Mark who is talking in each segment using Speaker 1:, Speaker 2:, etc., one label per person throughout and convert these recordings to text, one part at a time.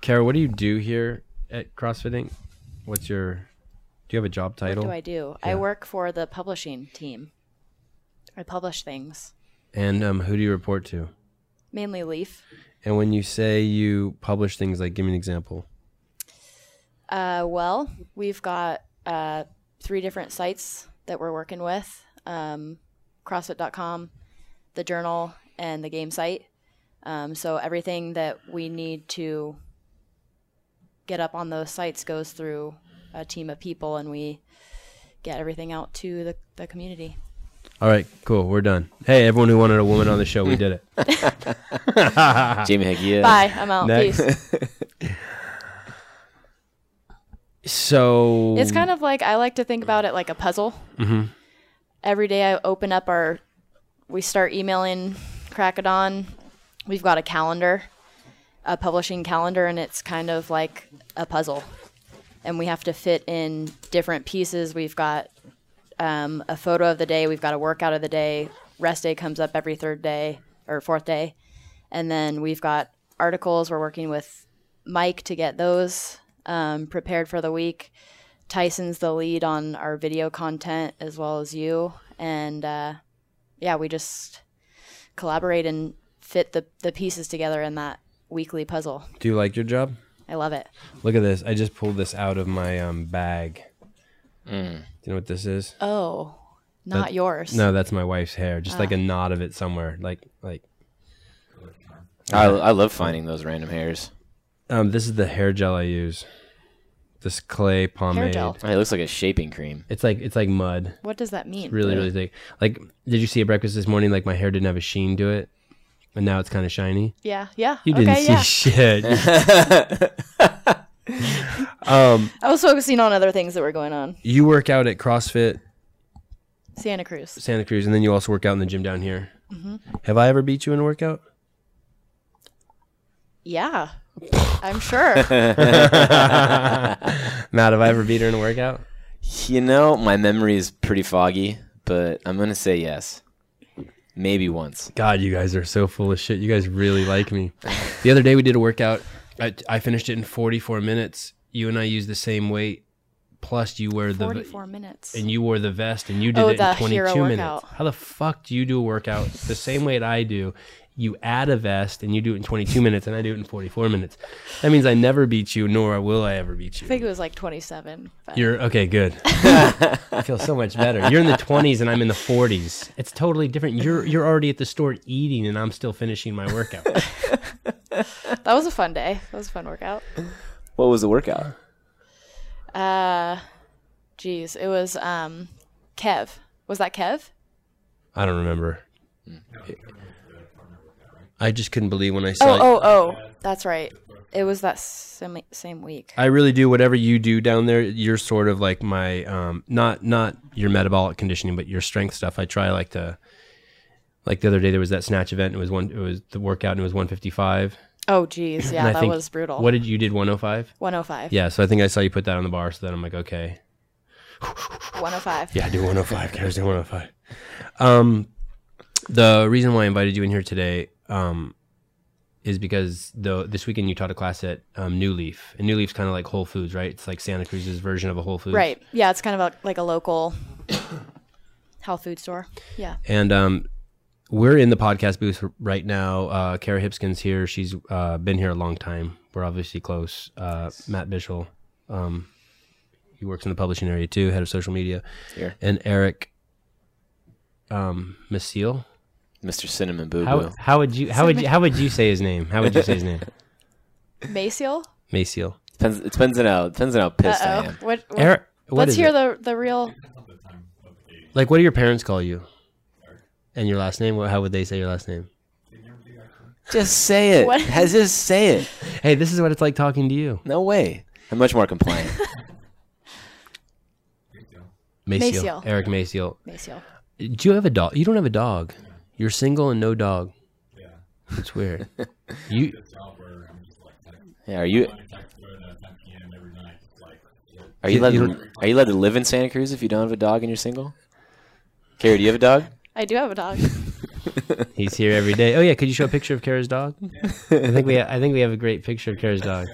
Speaker 1: Kara, what do you do here at CrossFit Inc? What's your do you have a job title?
Speaker 2: What do I do? I work for the publishing team. I publish things,
Speaker 1: And um, who do you report to?
Speaker 2: mainly Leaf.
Speaker 1: And when you say you publish things, like give me an example.
Speaker 2: Uh, well, we've got uh, three different sites that we're working with um, CrossFit.com, the journal, and the game site. Um, so everything that we need to get up on those sites goes through a team of people, and we get everything out to the, the community.
Speaker 1: All right, cool. We're done. Hey, everyone who wanted a woman on the show, we did it.
Speaker 3: Jamie Heck, yeah.
Speaker 2: Bye. I'm out.
Speaker 1: Next.
Speaker 2: Peace.
Speaker 1: So
Speaker 2: It's kind of like I like to think about it like a puzzle. Every day I open up our, we start emailing Crackadon. We've got a calendar, a publishing calendar, and it's kind of like a puzzle. And we have to fit in different pieces. We've got um, a photo of the day, we've got a workout of the day. Rest day comes up every third day or fourth day. And then we've got articles. We're working with Mike to get those um, prepared for the week. Tyson's the lead on our video content as well as you. And uh, yeah, we just collaborate and fit the, the pieces together in that weekly puzzle.
Speaker 1: do you like your job?
Speaker 2: I love it.
Speaker 1: Look at this. I just pulled this out of my um, bag. Do you know what this is?
Speaker 2: Oh, not
Speaker 1: That-
Speaker 2: yours.
Speaker 1: No, that's my wife's hair. Just
Speaker 2: Ah.
Speaker 1: like a knot of it somewhere. Like like
Speaker 3: I, I love finding those random hairs.
Speaker 1: um this is the hair gel I use. This clay pomade.
Speaker 2: gel.
Speaker 3: Oh, it looks like a shaping cream.
Speaker 1: It's like it's like mud.
Speaker 2: What does that mean?
Speaker 1: Really, really thick. Like did you see at breakfast this morning like my hair didn't have a sheen to it? And now it's kind of shiny.
Speaker 2: Yeah, yeah.
Speaker 1: You
Speaker 2: okay,
Speaker 1: didn't see
Speaker 2: yeah.
Speaker 1: shit.
Speaker 2: I was focusing on other things that were going on.
Speaker 1: Um, you work out at CrossFit
Speaker 2: Santa Cruz.
Speaker 1: Santa Cruz, and then you also work out in the gym down here.
Speaker 2: Mm-hmm.
Speaker 1: Have I ever beat you in a workout?
Speaker 2: Yeah, I'm sure.
Speaker 1: Matt, have I ever beat her in a workout?
Speaker 3: You know, my memory is pretty foggy, but I'm gonna say yes. Maybe once.
Speaker 1: God, you guys are so full of shit. You guys really like me. The other day we did a workout. I, I finished it in 44 minutes. You and I used the same weight. Plus, you wear the
Speaker 2: 44 minutes.
Speaker 1: and you wore the vest, and you did
Speaker 2: Oh,
Speaker 1: it
Speaker 2: the
Speaker 1: in
Speaker 2: hero
Speaker 1: 22 minutes.
Speaker 2: workout.
Speaker 1: How the fuck do you do a workout the same weight I do? You add a vest, and you do it in 22 minutes, and I do it in 44 minutes. That means I never beat you, nor will I ever beat you.
Speaker 2: I think it was like 27. But
Speaker 1: You're okay, good. I feel so much better. You're in the 20s and I'm in the 40s. It's totally different. You're you're already at the store eating and I'm still finishing my workout.
Speaker 2: that was a fun day. That was a fun workout.
Speaker 3: What was the workout?
Speaker 2: Uh, geez, it was um, Kev. Was that Kev?
Speaker 1: I don't remember. I just couldn't believe when I saw
Speaker 2: Oh, oh, oh. That's right. It was that same same week.
Speaker 1: I really do whatever you do down there. You're sort of like my um not not your metabolic conditioning, but your strength stuff. I try like to like the other day there was that snatch event. It was one it was the workout and it was 155.
Speaker 2: Oh, geez, yeah,
Speaker 1: and I
Speaker 2: that
Speaker 1: think-
Speaker 2: was brutal.
Speaker 1: What did you did 105?
Speaker 2: 105.
Speaker 1: Yeah, so I think I saw you put that on the bar. So then I'm like, okay,
Speaker 2: 105.
Speaker 1: yeah, do 105. Kara's do 105. Um, the reason why I invited you in here today, um, is because the this weekend you taught a class at um, New Leaf, and New Leaf's kind of like Whole Foods, right? It's like Santa Cruz's version of a Whole Foods,
Speaker 2: Right. Yeah, it's kind of a, like a local health food store. Yeah.
Speaker 1: And um, we're in the podcast booth right now. Uh, Kara Hipkins here. She's uh, been here a long time. We're obviously close. Uh, Matt Bischel, um, he works in the publishing area too, head of social media.
Speaker 3: Here.
Speaker 1: And Eric um, Masil.
Speaker 3: Mr. Cinnamon Boo
Speaker 1: How,
Speaker 3: Boo.
Speaker 1: how would you how would you how would you say his name? How would you say his name?
Speaker 2: Maciel?
Speaker 1: Maciel.
Speaker 3: Depends it depends on how depends on how pissed I
Speaker 2: Uh-oh.
Speaker 3: am.
Speaker 2: What, what,
Speaker 1: Eric. What
Speaker 2: let's
Speaker 1: is
Speaker 2: hear
Speaker 1: it?
Speaker 2: the the real
Speaker 1: like. What do your parents call you? And your last name? What, how would they say your last name?
Speaker 3: Just say it.
Speaker 2: What?
Speaker 3: Has just say it.
Speaker 1: Hey, this is what it's like talking to you,
Speaker 3: No way. I'm much more compliant.
Speaker 1: Maciel.
Speaker 2: Maciel.
Speaker 1: Eric Maciel.
Speaker 2: Maciel.
Speaker 1: Do you have a dog? You don't have a dog. You're single and no dog. Yeah. That's weird. you
Speaker 3: yeah, are you are you allowed
Speaker 1: You
Speaker 3: to, are you allowed to live in Santa Cruz if you don't have a dog and you're single? Carrie, do you have a dog?
Speaker 2: I do have a dog.
Speaker 1: he's here every day. Oh yeah, could you show a picture of Kara's dog? I think we ha- I think we have a great picture of Kara's dog.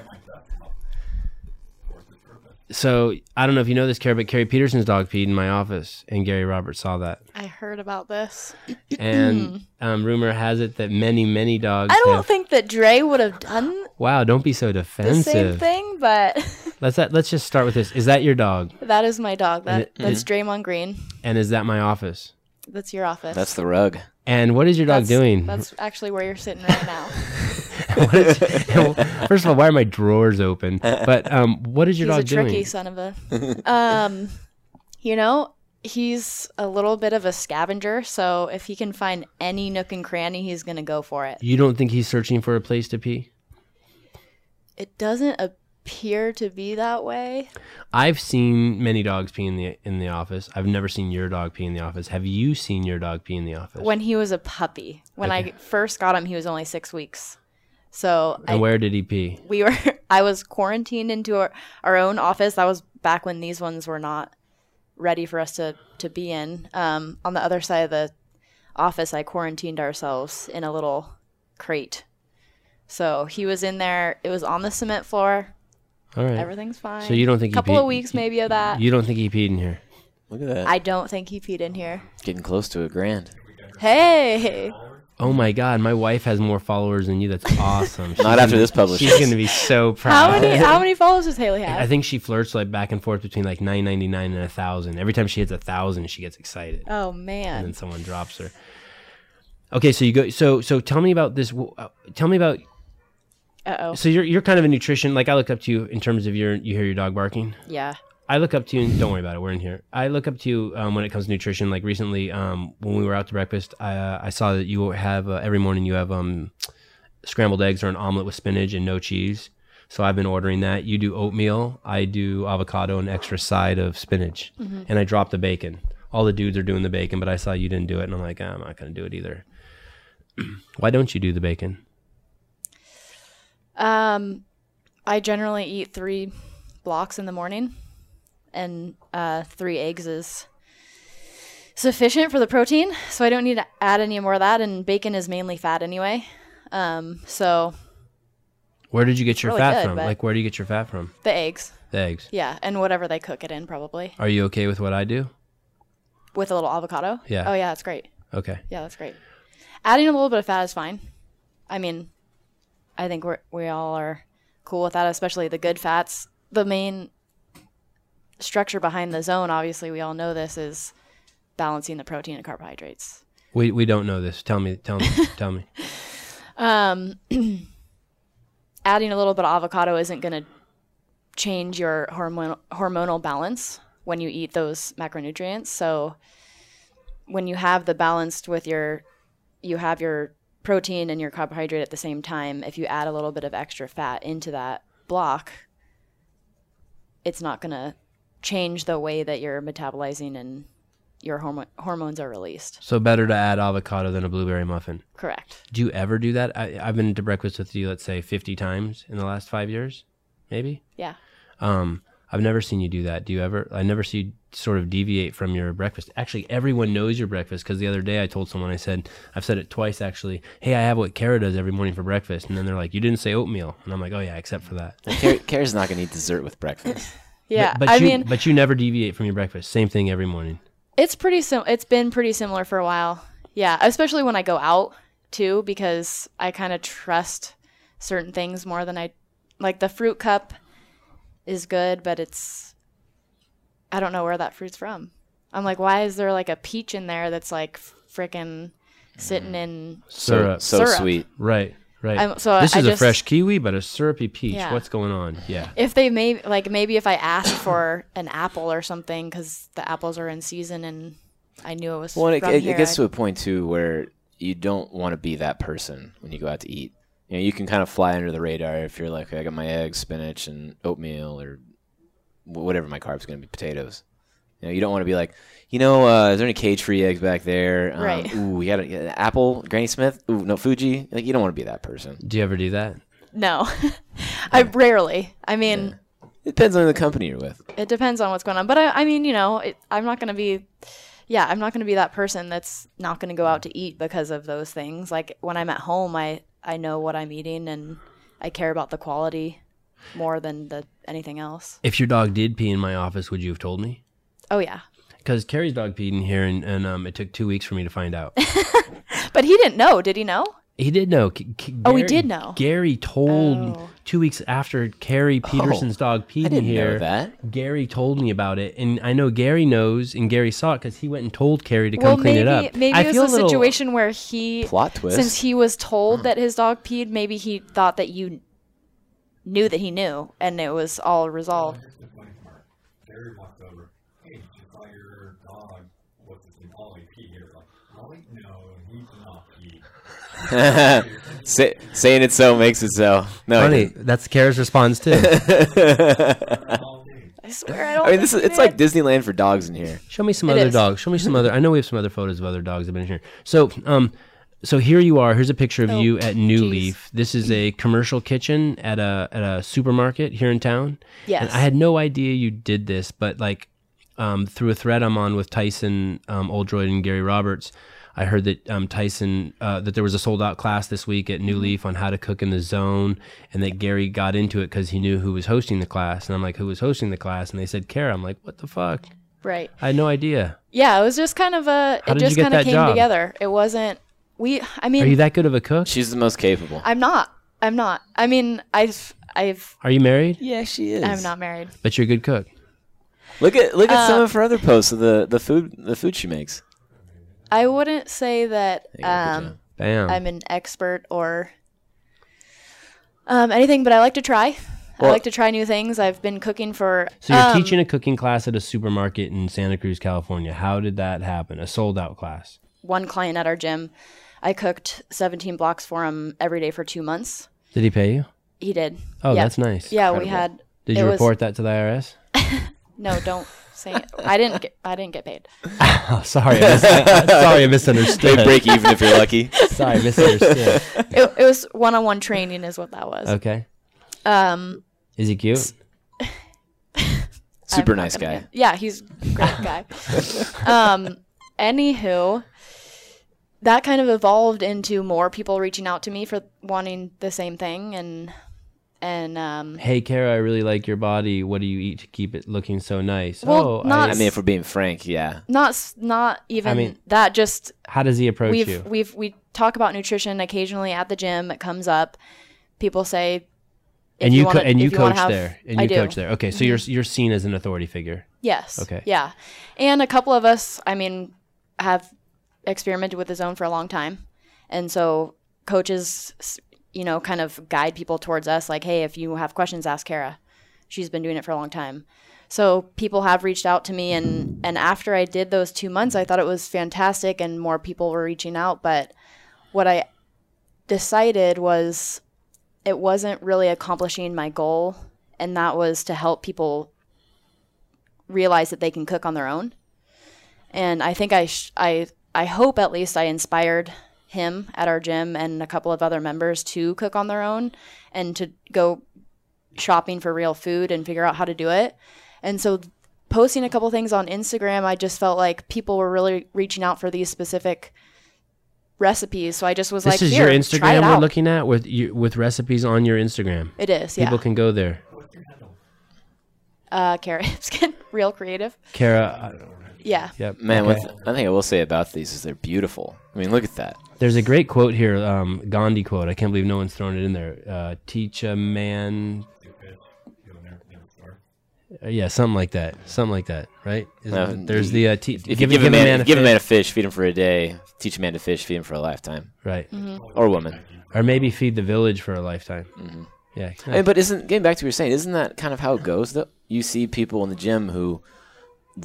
Speaker 1: so I don't know if you know this, Carrie, but Carrie Peterson's dog peed in my office, and Gary Roberts saw that.
Speaker 2: I heard about this.
Speaker 1: And um, rumor has it that many, many dogs.
Speaker 2: I don't
Speaker 1: have-
Speaker 2: think that Dre would have done
Speaker 1: wow, don't be so
Speaker 2: the same
Speaker 1: defensive.
Speaker 2: thing, but
Speaker 1: Let's let's just start with this. Is that your dog,
Speaker 2: that is my dog.
Speaker 1: And
Speaker 2: That
Speaker 1: it-
Speaker 2: that's Draymond Green.
Speaker 1: and is that my office?
Speaker 2: That's your office.
Speaker 3: That's the rug.
Speaker 1: And what is your dog
Speaker 2: That's-
Speaker 1: doing?
Speaker 2: That's actually where you're sitting right now.
Speaker 1: What is- first of all, why are my drawers open? But um, what is your
Speaker 2: he's a
Speaker 1: dog doing?
Speaker 2: tricky son of a. um, you know, he's a little bit of a scavenger, so if he can find any nook and cranny, he's gonna go for it.
Speaker 1: You don't think he's searching for a place to pee?
Speaker 2: It doesn't appear to be that way.
Speaker 1: I've seen many dogs pee in the in the office. I've never seen your dog pee in the office. Have you seen your dog pee in the office?
Speaker 2: When he was a puppy, when I first got him, he was only six weeks. So
Speaker 1: and
Speaker 2: I,
Speaker 1: where did he pee?
Speaker 2: we were, I was quarantined into our, our own office. That was back when these ones were not ready for us to to be in. Um, on the other side of the office, I quarantined ourselves in a little crate. So he was in there. It was on the cement floor.
Speaker 1: All right.
Speaker 2: Everything's fine.
Speaker 1: So you don't think he
Speaker 2: couple
Speaker 1: peed-
Speaker 2: of weeks maybe of that.
Speaker 1: You don't think he peed in here?
Speaker 3: Look at that.
Speaker 2: I don't think he peed in here.
Speaker 3: Getting close to a grand.
Speaker 2: Hey,
Speaker 1: Oh my god, my wife has more followers than you. That's awesome. She's
Speaker 3: Not after this
Speaker 1: She's
Speaker 3: publishes.
Speaker 1: gonna be so
Speaker 2: how
Speaker 1: proud.
Speaker 2: many how many followers does Haley
Speaker 1: I
Speaker 2: have?
Speaker 1: think she flirts like back and forth between like nine ninety nine and a thousand. Every time she hits a thousand, she gets excited,
Speaker 2: Oh
Speaker 1: and then
Speaker 2: man,
Speaker 1: someone drops her. Okay, so you go. So so tell me about this. w- uh, Tell me about.
Speaker 2: uh oh,
Speaker 1: So you're you're kind of a nutrition. Like I look up to you in terms of your you hear your dog barking.
Speaker 2: yeah.
Speaker 1: I look up to you, and don't worry about it. We're in here. I look up to you um, when it comes to nutrition. Like recently, um, when we were out to breakfast, I, uh, I saw that you have uh, every morning you have um, scrambled eggs or an omelet with spinach and no cheese. So I've been ordering that. You do oatmeal. I do avocado and extra side of spinach,
Speaker 2: Mm-hmm.
Speaker 1: and I drop the bacon. All the dudes are doing the bacon, but I saw you didn't do it, and I'm like, "Ah, I'm not gonna do it either. Why don't you do the bacon?
Speaker 2: Um, I generally eat three blocks in the morning, and uh, three eggs is sufficient for the protein. So I don't need to add any more of that. And bacon is mainly fat anyway. Um, so
Speaker 1: Where did you get your
Speaker 2: Really
Speaker 1: fat
Speaker 2: good,
Speaker 1: from?
Speaker 2: but-
Speaker 1: Like, where do you get your fat from?
Speaker 2: the eggs,
Speaker 1: The eggs.
Speaker 2: yeah, and whatever they cook it in, probably
Speaker 1: Are you okay with what I do?
Speaker 2: with a little avocado.
Speaker 1: Yeah.
Speaker 2: Oh yeah, that's great.
Speaker 1: Okay.
Speaker 2: Yeah, that's great. Adding a little bit of fat is fine. I mean, I think we're we all are cool with that, especially the good fats. The main structure behind the zone, obviously, we all know this is balancing the protein and carbohydrates.
Speaker 1: We we don't know this. Tell me, tell me, tell me.
Speaker 2: Um, adding a little bit of avocado isn't going to change your hormonal hormonal balance when you eat those macronutrients. So when you have the balanced with your you have your protein and your carbohydrate at the same time, if you add a little bit of extra fat into that block, it's not going to change the way that you're metabolizing and your hormo- hormones are released.
Speaker 1: So better to add avocado than a blueberry muffin.
Speaker 2: Correct.
Speaker 1: Do you ever do that? I, I've been to breakfast with you, let's say, fifty times in the last five years, maybe.
Speaker 2: Yeah.
Speaker 1: Um, I've never seen you do that. Do you ever? I never see you sort of deviate from your breakfast. Actually, everyone knows your breakfast because the other day I told someone, I said, I've said it twice actually. Hey, I have what Kara does every morning for breakfast, and then they're like, you didn't say oatmeal, and I'm like, oh yeah, except for that.
Speaker 3: Car- Kara's not gonna eat dessert with breakfast.
Speaker 2: Yeah.
Speaker 1: but, but
Speaker 2: I
Speaker 1: you,
Speaker 2: mean,
Speaker 1: but you never deviate from your breakfast. Same thing every morning.
Speaker 2: It's pretty sim. It's been pretty similar for a while. Yeah, especially when I go out too, because I kind of trust certain things more than I like. The fruit cup is good, but it's I don't know where that fruit's from. I'm like, why is there like a peach in there that's like freaking sitting
Speaker 1: Mm.
Speaker 2: in?
Speaker 1: Syrup.
Speaker 3: So
Speaker 2: Syrup.
Speaker 3: sweet.
Speaker 1: Right, right.
Speaker 2: I'm- so
Speaker 1: this
Speaker 2: I
Speaker 1: is a
Speaker 2: just-
Speaker 1: fresh kiwi, but a syrupy peach.
Speaker 2: Yeah.
Speaker 1: What's going on? Yeah.
Speaker 2: If they may like maybe if I asked for an apple or something because the apples are in season and I knew it was
Speaker 3: Well, it,
Speaker 2: from
Speaker 3: it,
Speaker 2: here,
Speaker 3: it gets
Speaker 2: I'd-
Speaker 3: to a point too where you don't want to be that person when you go out to eat. You know, you can kind of fly under the radar if you're like, I got my eggs, spinach, and oatmeal, or wh- whatever my carbs going to be, potatoes. You know, you don't want to be like, you know, uh, is there any cage-free eggs back there? Um,
Speaker 2: Right.
Speaker 3: Ooh, we got an apple, Granny Smith. Ooh, no Fuji. Like, you don't want to be that person.
Speaker 1: Do you ever do that?
Speaker 2: No, I rarely. I mean,
Speaker 3: It depends on the company you're with.
Speaker 2: it depends on what's going on. But I, I mean, you know, it, I'm not going to be, yeah, I'm not going to be that person that's not going to go out to eat because of those things. Like when I'm at home, I, I know what I'm eating and I care about the quality. more than the anything else.
Speaker 1: If your dog did pee in my office, would you have told me?
Speaker 2: Oh yeah,
Speaker 1: Because Carrie's dog peed in here, and, and um, it took two weeks for me to find out.
Speaker 2: but he didn't know. Did he know?
Speaker 1: he did know. K- K-
Speaker 2: Oh, he
Speaker 1: Gary-
Speaker 2: did know.
Speaker 1: Gary told
Speaker 2: Oh.
Speaker 1: two weeks after Carrie Peterson's dog peed
Speaker 3: I
Speaker 1: in
Speaker 3: didn't
Speaker 1: here.
Speaker 3: know that.
Speaker 1: Gary told me about it, and I know Gary knows, and Gary saw it because he went and told Carrie to come
Speaker 2: well,
Speaker 1: clean
Speaker 2: maybe
Speaker 1: it up.
Speaker 2: maybe
Speaker 1: I
Speaker 2: it was
Speaker 1: feel a
Speaker 2: a,
Speaker 1: little- Hmm.
Speaker 2: situation where he
Speaker 3: Plot twist.
Speaker 2: since he was told that his dog peed, maybe he thought that you knew that he knew, and it was all resolved.
Speaker 4: Barry walked over. Hey, did you saw your dog? What's his name? Ollie pee here. Like, Ollie? No, he did not pee.
Speaker 3: Sa- saying it so makes it so. No, I
Speaker 1: Funny,
Speaker 3: didn't.
Speaker 1: that's Kara's response too.
Speaker 2: I swear, I don't.
Speaker 3: I mean,
Speaker 2: think
Speaker 3: this is
Speaker 2: he
Speaker 3: it's like
Speaker 2: did.
Speaker 3: Disneyland for dogs in here.
Speaker 1: Show me some
Speaker 2: It
Speaker 1: other
Speaker 2: is.
Speaker 1: dogs. Show me some other. I know we have some other photos of other dogs that have been in here. So, um, so here you are. Here's a picture of
Speaker 2: Oh,
Speaker 1: you at New
Speaker 2: geez.
Speaker 1: Leaf. This is a commercial kitchen at a at a supermarket here in town.
Speaker 2: Yes.
Speaker 1: And I had no idea you did this, but like um, through a thread I'm on with Tyson um, Oldroyd and Gary Roberts, I heard that um, Tyson uh, that there was a sold out class this week at
Speaker 2: Mm-hmm.
Speaker 1: New Leaf on how to cook in the zone, and that Gary got into it because he knew who was hosting the class. And I'm like, who was hosting the class? And they said Kara. I'm like, what the fuck?
Speaker 2: right.
Speaker 1: I had no idea.
Speaker 2: Yeah, it was just kind of a.
Speaker 1: How did
Speaker 2: it
Speaker 1: you
Speaker 2: just
Speaker 1: get
Speaker 2: kind of
Speaker 1: that
Speaker 2: came
Speaker 1: job?
Speaker 2: together. It wasn't. We. I
Speaker 1: Are you
Speaker 2: mean,
Speaker 1: that good of a cook?
Speaker 3: She's the most capable.
Speaker 2: I'm not. I'm not. I mean, I've. I've.
Speaker 1: Are you married?
Speaker 3: yeah, she is.
Speaker 2: I'm not married.
Speaker 1: But you're a good cook.
Speaker 3: Look at look at some
Speaker 2: Uh,
Speaker 3: of her other posts of the, the food the food she makes.
Speaker 2: I wouldn't say that.
Speaker 3: Hey, good
Speaker 2: Um,
Speaker 3: job.
Speaker 1: Bam.
Speaker 2: I'm an expert or um, anything, but I like to try. I
Speaker 3: Well-
Speaker 2: like to try new things. I've been cooking for.
Speaker 1: so you're
Speaker 2: um,
Speaker 1: teaching a cooking class at a supermarket in Santa Cruz, California. How did that happen? A sold out class.
Speaker 2: one client at our gym. I cooked 17 blocks for him every day for two months.
Speaker 1: Did he pay you?
Speaker 2: He did.
Speaker 1: Oh,
Speaker 2: yeah.
Speaker 1: that's nice.
Speaker 2: Yeah, we
Speaker 3: Incredible.
Speaker 2: had.
Speaker 1: Did
Speaker 2: it
Speaker 1: you
Speaker 2: was-
Speaker 1: report that to the IRS?
Speaker 2: No, don't say it. I didn't get. I didn't get paid.
Speaker 1: Oh, sorry. I mis- sorry, I
Speaker 3: They
Speaker 1: misunderstood.
Speaker 3: break even if you're lucky.
Speaker 1: sorry, I misunderstood.
Speaker 2: It, it was one-on-one training, is what that was.
Speaker 1: Okay.
Speaker 2: Um,
Speaker 1: Is he cute?
Speaker 3: Super
Speaker 2: I'm not
Speaker 3: nice
Speaker 2: gonna
Speaker 3: guy.
Speaker 2: get- yeah, he's a great guy. um, anywho, that kind of evolved into more people reaching out to me for wanting the same thing, and and um,
Speaker 1: Hey, Kara, I really like your body. What do you eat to keep it looking so nice? oh,
Speaker 2: Well, not-
Speaker 3: I mean, if we're being frank, yeah.
Speaker 2: not s- not even
Speaker 1: mean-
Speaker 2: that. Just
Speaker 1: I, how does he approach
Speaker 2: we've
Speaker 1: you?
Speaker 2: we've we talk about nutrition occasionally at the gym. It comes up. People say, if
Speaker 1: and you,
Speaker 2: wanna-
Speaker 1: co- and
Speaker 2: if
Speaker 1: you
Speaker 2: wanna
Speaker 1: coach
Speaker 2: have-
Speaker 1: there, and
Speaker 2: I
Speaker 1: you
Speaker 2: do. Mm-hmm.
Speaker 1: coach there. Okay, so you're you're seen as an authority figure.
Speaker 2: Yes.
Speaker 1: Okay.
Speaker 2: Yeah. And a couple of us, I mean, have experimented with the zone for a long time. And so coaches, s- you know, kind of guide people towards us like, hey, if you have questions, ask Kara. She's been doing it for a long time. So people have reached out to me and and after I did those 2 months, I thought it was fantastic and more people were reaching out, but what I decided was it wasn't really accomplishing my goal and that was to help people realize that they can cook on their own. And I think I sh- I I hope at least I inspired him at our gym and a couple of other members to cook on their own and to go shopping for real food and figure out how to do it. And so posting a couple things on Instagram, I just felt like people were really reaching out for these specific recipes. So I just was
Speaker 1: This
Speaker 2: like,
Speaker 1: is your
Speaker 2: Here, try it
Speaker 1: Instagram we're
Speaker 2: out."
Speaker 1: looking at with you, with recipes on your Instagram.
Speaker 2: It is, yeah.
Speaker 1: People can go there.
Speaker 2: uh, Carrot Hipskin, real creative.
Speaker 1: Kara, uh,
Speaker 2: Yeah.
Speaker 1: yep.
Speaker 3: Man,
Speaker 1: okay.
Speaker 3: what the- I think I will say about these is they're beautiful. I mean, look at that.
Speaker 1: There's a great quote here, um, Gandhi quote. I can't believe no one's thrown it in there. Uh, teach a man, uh, yeah, something like that, something like that, right? Isn't
Speaker 3: No,
Speaker 1: it- there's the uh, te-
Speaker 3: If you give, a man, give a man a fish, feed him for a day. Teach a man to fish, feed him for a lifetime,
Speaker 1: right?
Speaker 3: or a woman.
Speaker 1: Or maybe feed the village for a lifetime. Yeah,
Speaker 3: Mm-hmm. I mean, but isn't getting back to what you're saying? Isn't that kind of how it goes? Though you see people in the gym who